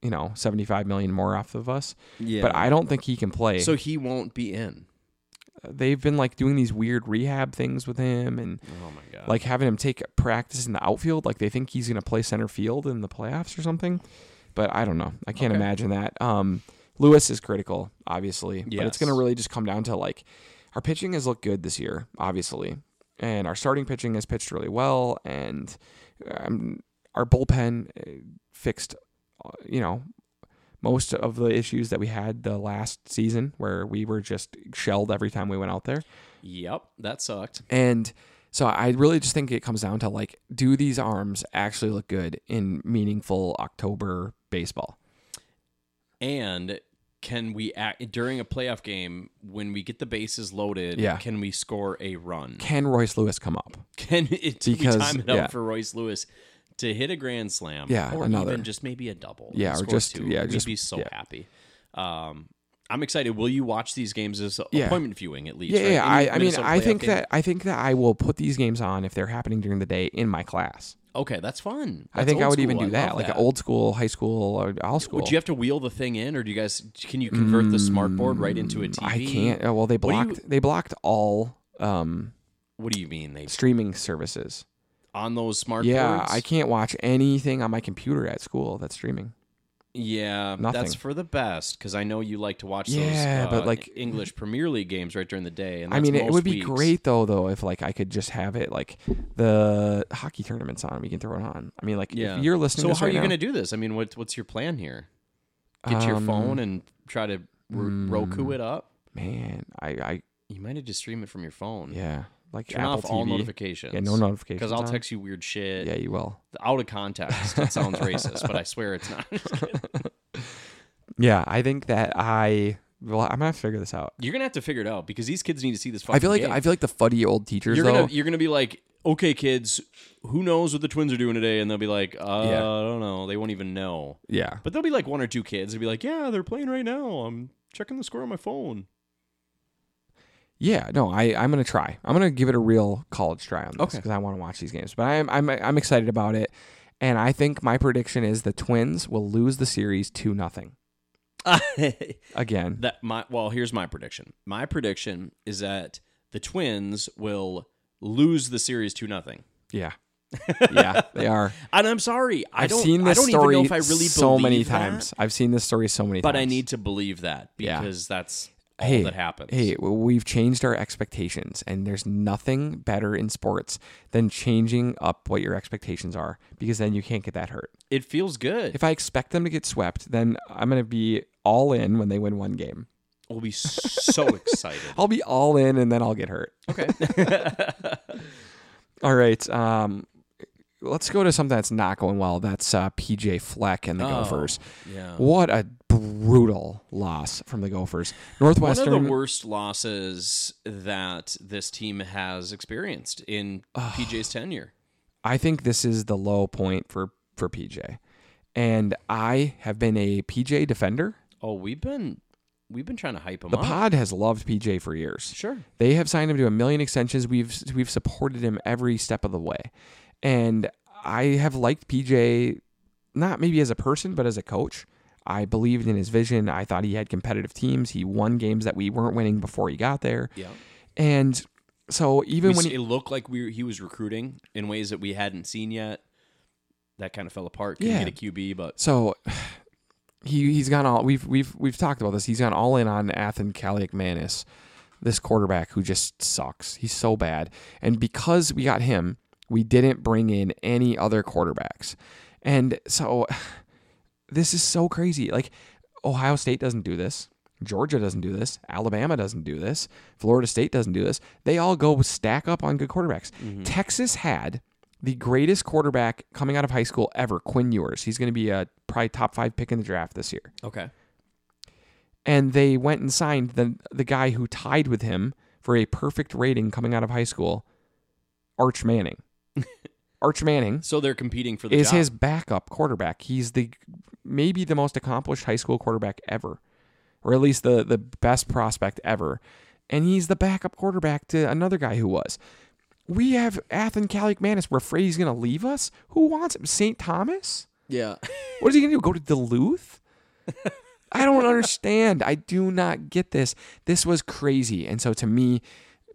Speaker 1: you know seventy five million more off of us.
Speaker 2: Yeah.
Speaker 1: But I don't think he can play.
Speaker 2: so he won't be in.
Speaker 1: they've been like doing these weird rehab things with him and
Speaker 2: Oh my god.
Speaker 1: like having him take practice in the outfield. Like they think he's gonna play center field in the playoffs or something. But I don't know. I can't
Speaker 2: Okay.
Speaker 1: imagine that. Um, Lewis is critical, obviously, but it's
Speaker 2: Yes.
Speaker 1: gonna really just come down to like our pitching has looked good this year, obviously, and our starting pitching has pitched really well, and um, our bullpen uh, fixed, uh, you know, most of the issues that we had the last season where we were just shelled every time we went out there.
Speaker 2: yep, that sucked.
Speaker 1: And so I really just think it comes down to like, do these arms actually look good in meaningful October baseball?
Speaker 2: And can we act during a playoff game when we get the bases loaded?
Speaker 1: Yeah.
Speaker 2: Can we score a run?
Speaker 1: Can Royce Lewis come up?
Speaker 2: Can it do
Speaker 1: Because-
Speaker 2: we time it up
Speaker 1: yeah.
Speaker 2: for Royce Lewis to hit a grand slam?
Speaker 1: Yeah,
Speaker 2: or
Speaker 1: another.
Speaker 2: even just maybe a double.
Speaker 1: Yeah,
Speaker 2: and
Speaker 1: or
Speaker 2: score
Speaker 1: just-
Speaker 2: two.
Speaker 1: yeah,
Speaker 2: We'd
Speaker 1: just-
Speaker 2: be so
Speaker 1: yeah.
Speaker 2: happy. Um, I'm excited. Will you watch these games as
Speaker 1: Yeah.
Speaker 2: appointment viewing at least?
Speaker 1: Yeah,
Speaker 2: right?
Speaker 1: yeah.
Speaker 2: Any
Speaker 1: I, I mean,
Speaker 2: Minnesota
Speaker 1: I
Speaker 2: playoff
Speaker 1: think
Speaker 2: game?
Speaker 1: that I think that I will put these games on if they're happening during the day in my class.
Speaker 2: okay, that's fun.
Speaker 1: I
Speaker 2: That's
Speaker 1: think I
Speaker 2: old
Speaker 1: would even
Speaker 2: school.
Speaker 1: do
Speaker 2: I
Speaker 1: that,
Speaker 2: love
Speaker 1: like an old school, high school, or all school.
Speaker 2: Would you have to wheel the thing in, or do you guys can you convert the smart board right into a TV?
Speaker 1: I can't. oh, Well, they
Speaker 2: What do you-
Speaker 1: blocked. they blocked all um,
Speaker 2: What do you mean they
Speaker 1: streaming services.
Speaker 2: on those smart
Speaker 1: Yeah,
Speaker 2: boards?
Speaker 1: I can't watch anything on my computer at school that's streaming.
Speaker 2: Yeah,
Speaker 1: Nothing.
Speaker 2: that's for the best because I know you like to watch
Speaker 1: Yeah,
Speaker 2: those.
Speaker 1: but,
Speaker 2: uh,
Speaker 1: like-
Speaker 2: English Premier League games right during the day. And
Speaker 1: I
Speaker 2: that's
Speaker 1: mean, it
Speaker 2: most
Speaker 1: would be
Speaker 2: weeks.
Speaker 1: great though, though, if like I could just have it like the hockey tournaments on. We can throw it on. I mean, like
Speaker 2: Yeah,
Speaker 1: if you're listening. to
Speaker 2: So
Speaker 1: this
Speaker 2: how are
Speaker 1: right
Speaker 2: you
Speaker 1: now-
Speaker 2: going to do this? I mean, what what's your plan here? Get your
Speaker 1: Um, mm.
Speaker 2: phone and try to ro- Roku it up.
Speaker 1: Man, I, I,
Speaker 2: You might have to stream it from your phone.
Speaker 1: yeah, like
Speaker 2: Turn
Speaker 1: Apple
Speaker 2: off all
Speaker 1: TV.
Speaker 2: notifications.
Speaker 1: Yeah, no notifications.
Speaker 2: Because
Speaker 1: on.
Speaker 2: I'll text you weird shit
Speaker 1: Yeah, you will.
Speaker 2: out of context. It sounds racist, but I swear it's not.
Speaker 1: Yeah, I think that I. Well, I'm gonna have to figure this out.
Speaker 2: You're gonna have to figure it out because these kids need to see this. Fucking
Speaker 1: I feel like
Speaker 2: game.
Speaker 1: I feel like the fuddy old teachers
Speaker 2: you're
Speaker 1: though.
Speaker 2: gonna you're gonna be like, okay, kids, who knows what the twins are doing today? And they'll be like, uh,
Speaker 1: Yeah.
Speaker 2: I don't know. They won't even know.
Speaker 1: yeah,
Speaker 2: But there'll be like one or two kids. They'll be like, yeah, they're playing right now. I'm checking the score on my phone.
Speaker 1: yeah. No, I, I'm gonna try. I'm gonna give it a real college try on this
Speaker 2: Okay.
Speaker 1: because I want to watch these games. But I'm, I'm, I'm excited about it, and I think my prediction is the Twins will lose the series two nothing again.
Speaker 2: that my well, here's my prediction. My prediction is that the twins will lose the series two nothing.
Speaker 1: Yeah. yeah, they are.
Speaker 2: And I'm sorry, I
Speaker 1: I've
Speaker 2: don't.
Speaker 1: seen this
Speaker 2: I don't
Speaker 1: story
Speaker 2: even know if I really
Speaker 1: so
Speaker 2: believe
Speaker 1: many
Speaker 2: that,
Speaker 1: times. I've seen this story so many
Speaker 2: But
Speaker 1: times.
Speaker 2: I need to believe that
Speaker 1: Yeah.
Speaker 2: because that's all
Speaker 1: hey,
Speaker 2: that happens.
Speaker 1: Hey, w- we've changed our expectations, and there's nothing better in sports than changing up what your expectations are because then you can't get that hurt.
Speaker 2: It feels good.
Speaker 1: If I expect them to get swept, then I'm going to be all in when they win one game.
Speaker 2: we'll be so excited.
Speaker 1: I'll be all in and then I'll get hurt.
Speaker 2: Okay.
Speaker 1: All right. Um, let's go to something that's not going well. That's uh, PJ Fleck and the
Speaker 2: Oh,
Speaker 1: Gophers.
Speaker 2: yeah.
Speaker 1: What a brutal loss from the Gophers.
Speaker 2: One
Speaker 1: Northwestern.
Speaker 2: of the worst losses that this team has experienced in PJ's tenure.
Speaker 1: I think this is the low point for for PJ. And I have been a PJ defender.
Speaker 2: Oh, we've been we've been trying to hype him
Speaker 1: The
Speaker 2: up.
Speaker 1: pod has loved PJ for years.
Speaker 2: sure.
Speaker 1: They have signed him to a million extensions. We've we've supported him every step of the way. And I have liked PJ not maybe as a person, but as a coach. I believed in his vision. I thought he had competitive teams. He won games that we weren't winning before he got there.
Speaker 2: Yeah.
Speaker 1: And so even
Speaker 2: We
Speaker 1: when
Speaker 2: s-
Speaker 1: he,
Speaker 2: it looked like we he was recruiting in ways that we hadn't seen yet. That kind of fell apart. Couldn't
Speaker 1: Yeah.
Speaker 2: get a QB, but
Speaker 1: So he he's gone all we've we've we've talked about this. He's gone all in on Athan Kaliakmanis, this quarterback who just sucks. He's so bad. And because we got him, we didn't bring in any other quarterbacks. And so this is so crazy. Like Ohio State doesn't do this. Georgia doesn't do this. Alabama doesn't do this. Florida State doesn't do this. They all go stack up on good quarterbacks. Texas had the greatest quarterback coming out of high school ever, Quinn Ewers. He's going to be a probably top five pick in the draft this year.
Speaker 2: Okay.
Speaker 1: And they went and signed the the guy who tied with him for a perfect rating coming out of high school, Arch Manning. Arch Manning
Speaker 2: So they're competing for the
Speaker 1: is
Speaker 2: job.
Speaker 1: his backup quarterback. He's the maybe the most accomplished high school quarterback ever, or at least the the best prospect ever, and he's the backup quarterback to another guy who was. We have Athen Calic Manus. We're afraid he's going to leave us. Who wants him? St. Thomas?
Speaker 2: yeah.
Speaker 1: What is he going to do? Go to Duluth? I don't understand. I do not get this. This was crazy, and so to me,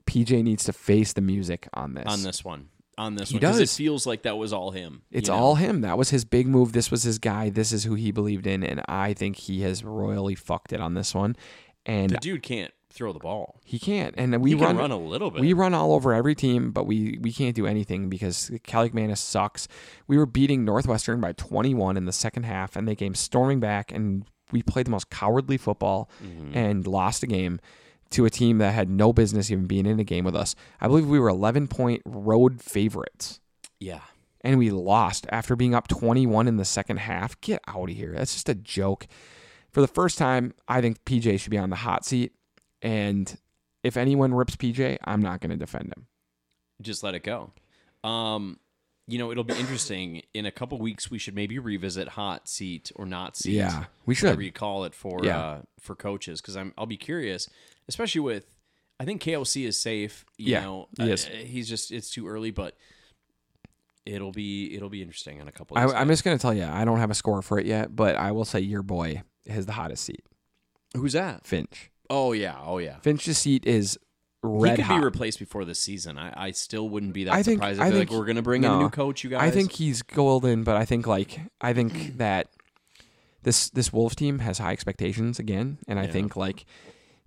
Speaker 1: PJ needs to face the music on this.
Speaker 2: on this one. On this
Speaker 1: He
Speaker 2: one. 'Cause
Speaker 1: does.
Speaker 2: it feels like that was all him.
Speaker 1: It's
Speaker 2: you know?
Speaker 1: all him. That was his big move. This was his guy. This is who he believed in. And I think he has royally fucked it on this one. And
Speaker 2: The dude can't throw the ball.
Speaker 1: he can't. And we
Speaker 2: He
Speaker 1: run,
Speaker 2: can run a little bit.
Speaker 1: we run all over every team, but we, we can't do anything because Calic Manus sucks. We were beating Northwestern by 21 in the second half, and they came storming back, and we played the most cowardly football
Speaker 2: Mm-hmm.
Speaker 1: and lost a game to a team that had no business even being in a game with us. I believe we were 11 point road favorites
Speaker 2: yeah.
Speaker 1: and we lost after being up 21 in the second half. Get out of here. That's just a joke. For the first time, I think PJ should be on the hot seat. And if anyone rips PJ, I'm not going to defend him.
Speaker 2: Just let it go. Um, you know, it'll be interesting. In a couple weeks, we should maybe revisit hot seat or not seat.
Speaker 1: we
Speaker 2: whatever
Speaker 1: should.
Speaker 2: you call it for
Speaker 1: Yeah.
Speaker 2: uh, for coaches because I'm I'll be curious, especially with I think KLC is safe. You
Speaker 1: Yeah,
Speaker 2: know,
Speaker 1: he is.
Speaker 2: Uh, he's just it's too early, but it'll be it'll be interesting in a couple.
Speaker 1: I,
Speaker 2: Of
Speaker 1: I'm just going to tell you, I don't have a score for it yet, but I will say your boy has the hottest seat,
Speaker 2: who's that?
Speaker 1: Finch.
Speaker 2: Oh yeah, oh yeah.
Speaker 1: Finch's seat is
Speaker 2: He
Speaker 1: red
Speaker 2: could
Speaker 1: hot.
Speaker 2: be replaced before this season. I, I still wouldn't be that
Speaker 1: I think-
Speaker 2: surprised.
Speaker 1: I
Speaker 2: I
Speaker 1: think-
Speaker 2: like we're gonna bring in a
Speaker 1: no.
Speaker 2: new coach. You guys,
Speaker 1: I think he's golden, but I think like I think that this this Wolves team has high expectations again, and I
Speaker 2: Yeah.
Speaker 1: think like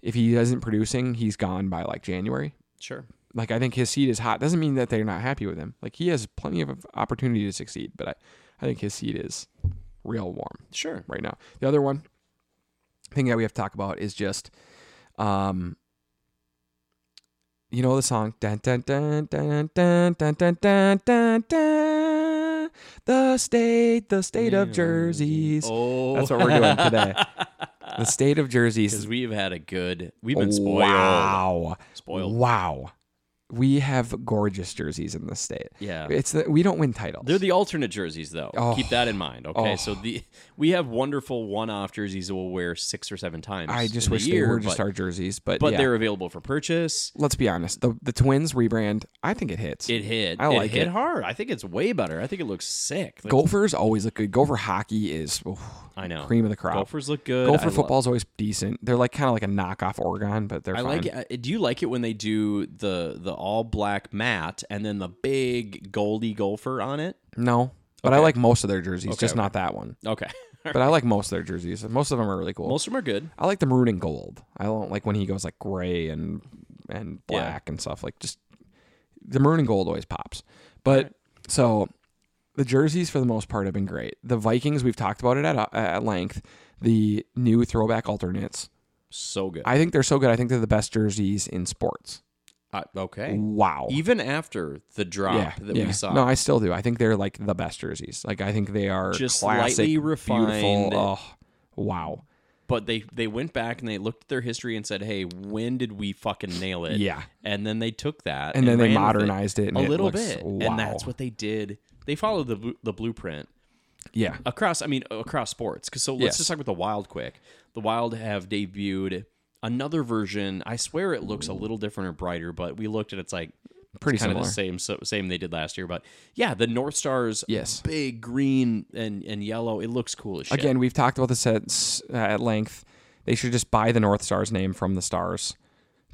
Speaker 1: if he isn't producing, he's gone by like January.
Speaker 2: sure.
Speaker 1: Like I think his seat is hot. Doesn't mean that they're not happy with him. Like he has plenty of opportunity to succeed, but I, I think his seat is real warm
Speaker 2: Sure.
Speaker 1: right now. The other one thing that we have to talk about is just um you know the song dun, dun, dun, dun, dun, dun, dun, dun, dun, dun. the state the state of jerseys
Speaker 2: Oh,
Speaker 1: that's what we're doing today the state of jerseys
Speaker 2: because we've had a good. We've been spoiled.
Speaker 1: wow
Speaker 2: Spoiled.
Speaker 1: wow we have gorgeous jerseys in this state
Speaker 2: Yeah.
Speaker 1: it's the, we don't win titles
Speaker 2: They're the alternate jerseys, though.
Speaker 1: Oh.
Speaker 2: Keep that in mind. Okay,
Speaker 1: Oh.
Speaker 2: so the we have wonderful one-off jerseys that we'll wear six or seven times.
Speaker 1: i just
Speaker 2: in the
Speaker 1: wish
Speaker 2: year,
Speaker 1: they were just
Speaker 2: but,
Speaker 1: our jerseys but
Speaker 2: but
Speaker 1: yeah.
Speaker 2: they're available for purchase.
Speaker 1: let's be honest the the twins rebrand i think it hits
Speaker 2: It hit.
Speaker 1: I like
Speaker 2: it hit
Speaker 1: it.
Speaker 2: hard. I think it's way better. I think it looks sick. Like,
Speaker 1: Gophers always look good. Gopher hockey is oof,
Speaker 2: I know.
Speaker 1: cream of the crop.
Speaker 2: Gophers look good. I
Speaker 1: Gopher
Speaker 2: lo-
Speaker 1: football's always decent. They're like kind of like a knockoff Oregon, but they're
Speaker 2: I
Speaker 1: fine.
Speaker 2: like it. I- Do you like it when they do the the all black mat and then the big goldy gopher on it?
Speaker 1: No, but I like most of their jerseys, just
Speaker 2: okay.
Speaker 1: not that one.
Speaker 2: Okay,
Speaker 1: But I like most of their jerseys. Most of them are really cool.
Speaker 2: most of them are good.
Speaker 1: I like the maroon and gold. I don't like when he goes like gray and and black and stuff. Like just the maroon and gold always pops. But so the jerseys for the most part have been great. The Vikings we've talked about it at uh, at length. The new throwback alternates.
Speaker 2: So good.
Speaker 1: I think they're so good. I think they're the best jerseys in sports.
Speaker 2: Uh, okay.
Speaker 1: Wow.
Speaker 2: Even after the drop
Speaker 1: yeah,
Speaker 2: that
Speaker 1: yeah.
Speaker 2: we saw,
Speaker 1: No, I still do. I think they're like the best jerseys. Like I think they are
Speaker 2: Just
Speaker 1: classic,
Speaker 2: slightly refined.
Speaker 1: Beautiful. Oh, wow.
Speaker 2: but they they went back and they looked at their history and said, "Hey, when did we fucking nail it?"
Speaker 1: Yeah.
Speaker 2: and then they took that
Speaker 1: And, then they
Speaker 2: ran with it
Speaker 1: modernized it, and
Speaker 2: a
Speaker 1: it
Speaker 2: little
Speaker 1: looks-
Speaker 2: bit,
Speaker 1: Wow.
Speaker 2: and that's what they did. They followed the blu- the blueprint
Speaker 1: Yeah.
Speaker 2: across. I mean, across sports. 'Cause so let's
Speaker 1: Yes.
Speaker 2: just talk about the Wild quick. The Wild have debuted another version. I swear it looks a little different or brighter, but we looked at it's like
Speaker 1: Pretty
Speaker 2: it's kind
Speaker 1: similar.
Speaker 2: of the same so, same they did last year. But yeah, the North Stars,
Speaker 1: Yes.
Speaker 2: big green and and yellow. It looks cool as shit.
Speaker 1: Again, we've talked about this at, s- uh, at length. They should just buy the North Star's name from the Stars.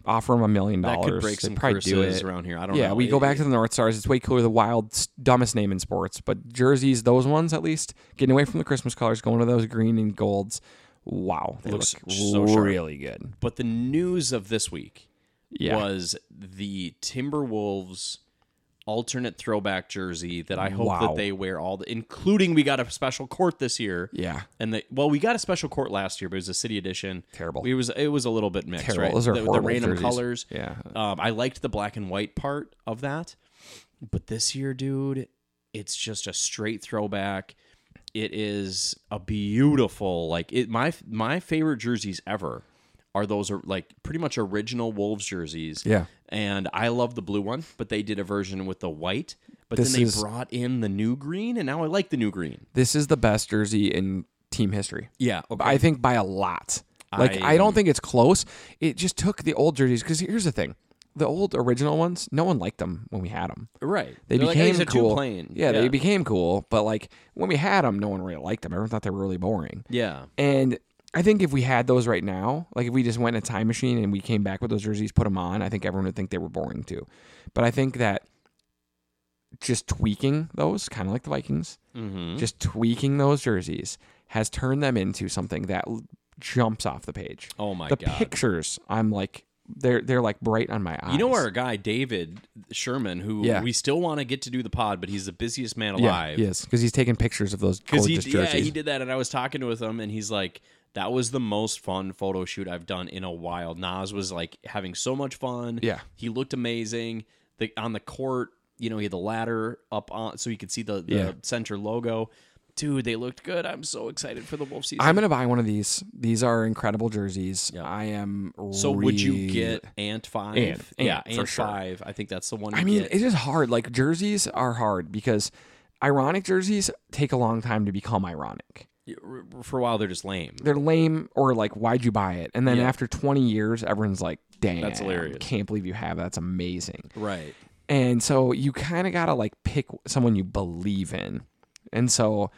Speaker 1: Offer them a million
Speaker 2: that
Speaker 1: dollars.
Speaker 2: could break
Speaker 1: They'd
Speaker 2: some
Speaker 1: probably do
Speaker 2: curses
Speaker 1: it.
Speaker 2: around here. I don't know.
Speaker 1: Yeah, we go
Speaker 2: It-
Speaker 1: back to the North Stars. It's way cooler. The wild, s- dumbest name in sports, but jerseys, those ones at least, getting away from the Christmas colors, going to those green and golds. Wow, they
Speaker 2: Looks
Speaker 1: look
Speaker 2: so sharp.
Speaker 1: really good.
Speaker 2: But the news of this week
Speaker 1: Yeah,
Speaker 2: was the Timberwolves alternate throwback jersey that I hope
Speaker 1: Wow.
Speaker 2: that they wear all the including we got a special court this year.
Speaker 1: Yeah.
Speaker 2: And they well, we got a special court last year, but it was a city edition.
Speaker 1: Terrible.
Speaker 2: It was it was a little bit mixed,
Speaker 1: Terrible.
Speaker 2: right?
Speaker 1: Those are
Speaker 2: the, the
Speaker 1: horrible
Speaker 2: random
Speaker 1: jerseys.
Speaker 2: colors.
Speaker 3: Yeah.
Speaker 2: Um, I liked the black and white part of that, but this year, dude, it's just a straight throwback. It is a beautiful like it. My my favorite jerseys ever are those are like pretty much original Wolves jerseys.
Speaker 1: Yeah.
Speaker 2: and I love the blue one, but they did a version with the white. But
Speaker 1: This
Speaker 2: then they
Speaker 1: is-
Speaker 2: brought in the new green, and now I like the new green.
Speaker 1: This is the best jersey in team history.
Speaker 2: Yeah,
Speaker 1: I think by a lot. Like I, don't think it's close. It just took the old jerseys because here's the thing: the old original ones, no one liked them when we had them.
Speaker 2: right.
Speaker 1: They
Speaker 2: They're like, "Hey,
Speaker 1: became
Speaker 2: it's a
Speaker 1: cool.
Speaker 2: two-plane."
Speaker 1: Yeah, they
Speaker 2: Yeah.
Speaker 1: became cool. But like when we had them, no one really liked them. Everyone thought they were really boring.
Speaker 2: Yeah,
Speaker 1: And I think if we had those right now, like if we just went in a time machine and we came back with those jerseys, put them on, I think everyone would think they were boring too. But I think that just tweaking those, kind of like the Vikings,
Speaker 2: mm-hmm.
Speaker 1: just tweaking those jerseys has turned them into something that l- jumps off the page.
Speaker 2: Oh my
Speaker 1: the
Speaker 2: god.
Speaker 1: pictures, I'm like, they're they're like bright on my eyes.
Speaker 2: You know our guy David Sherman, who
Speaker 1: Yeah.
Speaker 2: we still want to get to do the pod, but he's the busiest man
Speaker 1: yeah,
Speaker 2: alive.
Speaker 1: yes, because he's taking pictures of those
Speaker 2: Because
Speaker 1: gorgeous
Speaker 2: he, yeah,
Speaker 1: jerseys.
Speaker 2: he did that, and I was talking with him, and he's like, "That was the most fun photo shoot I've done in a while." Nas was like having so much fun.
Speaker 1: Yeah.
Speaker 2: he looked amazing. The on the court, you know, he had the ladder up on, so you could see the, the
Speaker 1: Yeah.
Speaker 2: center logo. Dude, they looked good. I'm so excited for the Wolf season.
Speaker 1: I'm gonna buy one of these. These are incredible jerseys. I am.
Speaker 2: so would you
Speaker 1: really-
Speaker 2: get Ant Five?
Speaker 1: Ant,
Speaker 2: yeah,
Speaker 1: Ant, for
Speaker 2: Ant
Speaker 1: sure.
Speaker 2: Five. I think that's the one.
Speaker 1: I
Speaker 2: you
Speaker 1: mean,
Speaker 2: get.
Speaker 1: it is hard. Like jerseys are hard because ironic jerseys take a long time to become ironic.
Speaker 2: for a while they're just lame.
Speaker 1: They're lame or like, why'd you buy it? And then
Speaker 2: Yeah.
Speaker 1: after 20 years, everyone's like, damn,
Speaker 2: That's hilarious.
Speaker 1: Can't believe you have that. That's amazing.
Speaker 2: Right.
Speaker 1: And so you kind of gotta like pick someone you believe in. And so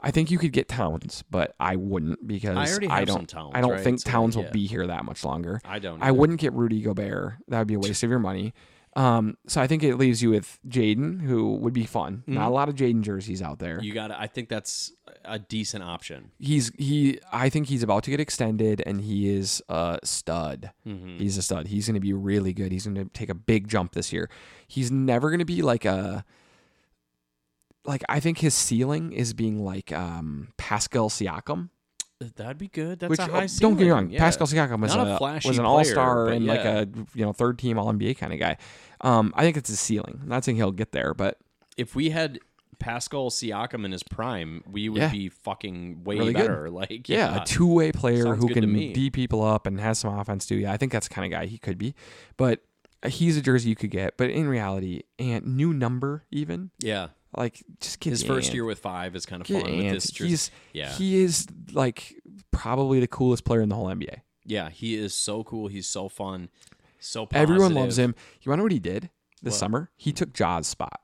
Speaker 1: I think you could get Towns, but I wouldn't because
Speaker 2: I already have
Speaker 1: don't.
Speaker 2: some Towns,
Speaker 1: I don't
Speaker 2: right?
Speaker 1: think
Speaker 2: So,
Speaker 1: Towns will
Speaker 2: yeah.
Speaker 1: be here that much longer.
Speaker 2: I don't.
Speaker 1: I wouldn't get Rudy Gobert. That would be a waste of your money. Um, so I think it leaves you with Jaden, who would be fun.
Speaker 2: Mm-hmm.
Speaker 1: Not a lot of Jaden jerseys out there.
Speaker 2: You got. to I think that's a decent option.
Speaker 1: He's he. I think he's about to get extended, and he is a stud.
Speaker 2: Mm-hmm.
Speaker 1: He's a stud. He's going to be really good. He's going to take a big jump this year. He's never going to be like a. Like I think his ceiling is being like um, Pascal Siakam.
Speaker 2: That'd be good. That's
Speaker 1: Which
Speaker 2: a
Speaker 1: oh,
Speaker 2: high.
Speaker 1: don't get me
Speaker 2: ceiling.
Speaker 1: wrong,
Speaker 2: Yeah.
Speaker 1: Pascal Siakam was
Speaker 2: Not a
Speaker 1: a,
Speaker 2: flashy
Speaker 1: was an
Speaker 2: player,
Speaker 1: all star
Speaker 2: but
Speaker 1: and like
Speaker 2: yeah.
Speaker 1: a you know third team All NBA kind of guy. Um, I think it's his ceiling. I'm not saying he'll get there, but
Speaker 2: If we had Pascal Siakam in his prime, we would
Speaker 1: Yeah.
Speaker 2: be fucking way
Speaker 1: Really good.
Speaker 2: better. Like
Speaker 1: yeah, a two way player
Speaker 2: Sounds
Speaker 1: who
Speaker 2: good to
Speaker 1: can
Speaker 2: me.
Speaker 1: beat people up and has some offense too. Yeah, I think that's the kind of guy he could be. But uh, he's a jersey you could get. But in reality, and new number even
Speaker 2: yeah.
Speaker 1: like just get
Speaker 2: His first
Speaker 1: Ant.
Speaker 2: year with five is kind of
Speaker 1: Get
Speaker 2: fun with
Speaker 1: Ant.
Speaker 2: this jersey.
Speaker 1: He's
Speaker 2: yeah.
Speaker 1: he is like probably the coolest player in the whole NBA.
Speaker 2: yeah, he is so cool. He's so fun. So positive.
Speaker 1: Everyone loves him. You want to know what he did this
Speaker 2: What?
Speaker 1: summer? He took Jaws' spot.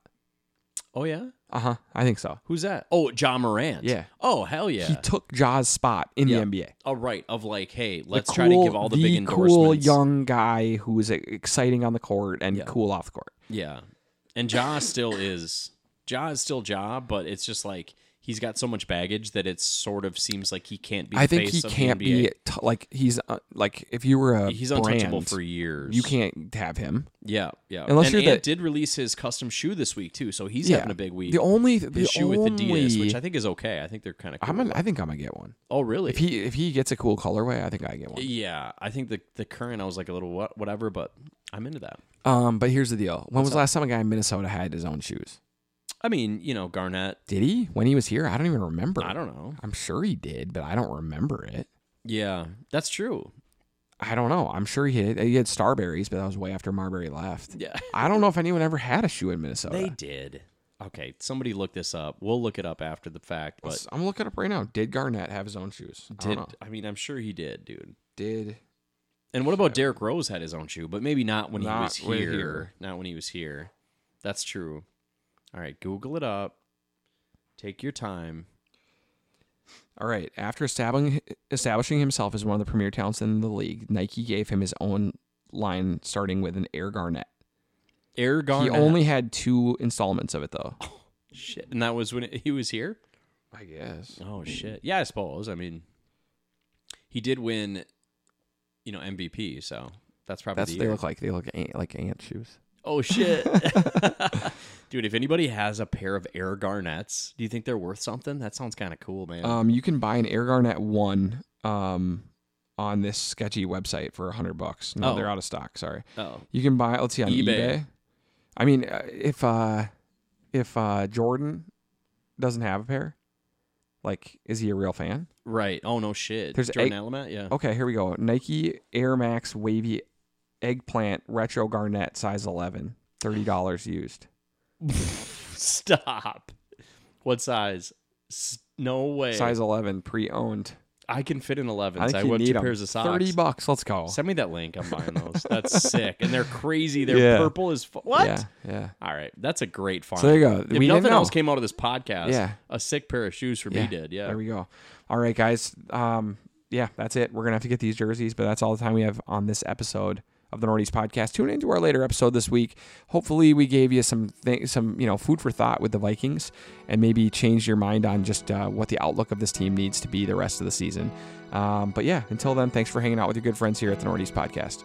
Speaker 2: Oh yeah,
Speaker 1: Uh huh. I think so.
Speaker 2: who's that? Oh, John Morant.
Speaker 1: Yeah.
Speaker 2: Oh hell yeah.
Speaker 1: he took Jaws' spot in
Speaker 2: Yeah.
Speaker 1: the NBA.
Speaker 2: oh right. Of like, hey, let's
Speaker 1: The
Speaker 2: try to
Speaker 1: cool-
Speaker 2: give all the, big endorsements.
Speaker 1: cool young guy who is exciting on the court and
Speaker 2: Yeah.
Speaker 1: cool off the court.
Speaker 2: Yeah. And Ja still is Ja is still Ja, but it's just like he's got so much baggage that it sort of seems like he can't be. The
Speaker 1: I think
Speaker 2: face
Speaker 1: he
Speaker 2: of the
Speaker 1: can't
Speaker 2: NBA.
Speaker 1: be t- like he's uh, like if you were a
Speaker 2: He's
Speaker 1: brand,
Speaker 2: untouchable for years.
Speaker 1: you can't have him.
Speaker 2: Yeah, yeah.
Speaker 1: Unless
Speaker 2: and
Speaker 1: you're
Speaker 2: Ant
Speaker 1: the-
Speaker 2: did release his custom shoe this week too, so he's having a big week.
Speaker 1: The only the
Speaker 2: his shoe
Speaker 1: only,
Speaker 2: with Adidas, which I think is okay. I think they're kind of. Cool.
Speaker 1: I'm gonna, I think I'm gonna get one.
Speaker 2: oh really?
Speaker 1: If he if he gets a cool colorway, I think I get one.
Speaker 2: yeah, I think the the current I was like a little what whatever, but I'm into that.
Speaker 1: Um, but here's the deal. When was the last time a guy in Minnesota had his own shoes?
Speaker 2: I mean, you know, Garnett.
Speaker 1: Did he? When he was here, I don't even remember.
Speaker 2: I don't know.
Speaker 1: I'm sure he did, but I don't remember it.
Speaker 2: Yeah, that's true.
Speaker 1: I don't know. I'm sure he had, he had Starberries, but that was way after Marbury left.
Speaker 2: Yeah.
Speaker 1: I don't know if anyone ever had a shoe in Minnesota.
Speaker 2: They did. Okay, somebody look this up. We'll look it up after the fact, but
Speaker 1: I'm looking up right now. Did Garnett have his own shoes? I don't
Speaker 2: did
Speaker 1: know.
Speaker 2: I mean I'm sure he did, dude.
Speaker 1: Did
Speaker 2: And what about Derrick Rose had his own shoe, but maybe not when
Speaker 1: Not
Speaker 2: he was
Speaker 1: when
Speaker 2: here.
Speaker 1: here.
Speaker 2: Not when he was here. That's true. All right, Google it up. Take your time.
Speaker 1: all right. After establishing establishing himself as one of the premier talents in the league, Nike gave him his own line, starting with an Air Garnett.
Speaker 2: Air Garnett.
Speaker 1: He only had two installments of it, though.
Speaker 2: shit, and that was when it- he was here.
Speaker 1: I guess.
Speaker 2: Oh shit. Yeah, I suppose. I mean, he did win, you know, MVP. So that's probably
Speaker 1: That's
Speaker 2: the
Speaker 1: they
Speaker 2: year.
Speaker 1: look like they look ant, like ant shoes.
Speaker 2: oh shit. Dude, if anybody has a pair of Air Garnets, do you think they're worth something? That sounds kind of cool, man.
Speaker 1: Um, you can buy an Air Garnet one um, on this sketchy website for hundred bucks. No,
Speaker 2: Oh.
Speaker 1: they're out of stock. Sorry.
Speaker 2: oh,
Speaker 1: You can buy. Let's see on eBay.
Speaker 2: eBay.
Speaker 1: I mean, uh, if uh, if uh, Jordan doesn't have a pair, like, is he a real fan?
Speaker 2: right. Oh no shit.
Speaker 1: There's
Speaker 2: Jordan
Speaker 1: eight- Oh.
Speaker 2: Element, yeah.
Speaker 1: Okay, here we go. Nike Air Max Wavy Eggplant Retro Garnet size 11, $30 used.
Speaker 2: Stop. What size? S- no way.
Speaker 1: Size 11, pre-owned.
Speaker 2: I can fit in 11s. I,
Speaker 1: think you
Speaker 2: have
Speaker 1: need
Speaker 2: two
Speaker 1: 'em.
Speaker 2: pairs of socks.
Speaker 1: 30 bucks. Let's go.
Speaker 2: Send me that link. I'm buying those. That's sick. And they're crazy. They're
Speaker 1: Yeah.
Speaker 2: purple as fu- what?
Speaker 1: Yeah, yeah.
Speaker 2: All right, that's a great find.
Speaker 1: So there you go.
Speaker 2: If
Speaker 1: we didn't
Speaker 2: nothing
Speaker 1: know.
Speaker 2: else came out of this podcast,
Speaker 1: Yeah.
Speaker 2: a sick pair of shoes for
Speaker 1: Yeah,
Speaker 2: me did. Yeah.
Speaker 1: There we go. All right, guys. Um, yeah, that's it. We're gonna have to get these jerseys, but that's all the time we have on this episode of the Northeast Podcast. Tune into our later episode this week. Hopefully, we gave you some th- some you know food for thought with the Vikings, and maybe changed your mind on just uh, what the outlook of this team needs to be the rest of the season. Um, but yeah, until then, thanks for hanging out with your good friends here at the Northeast Podcast.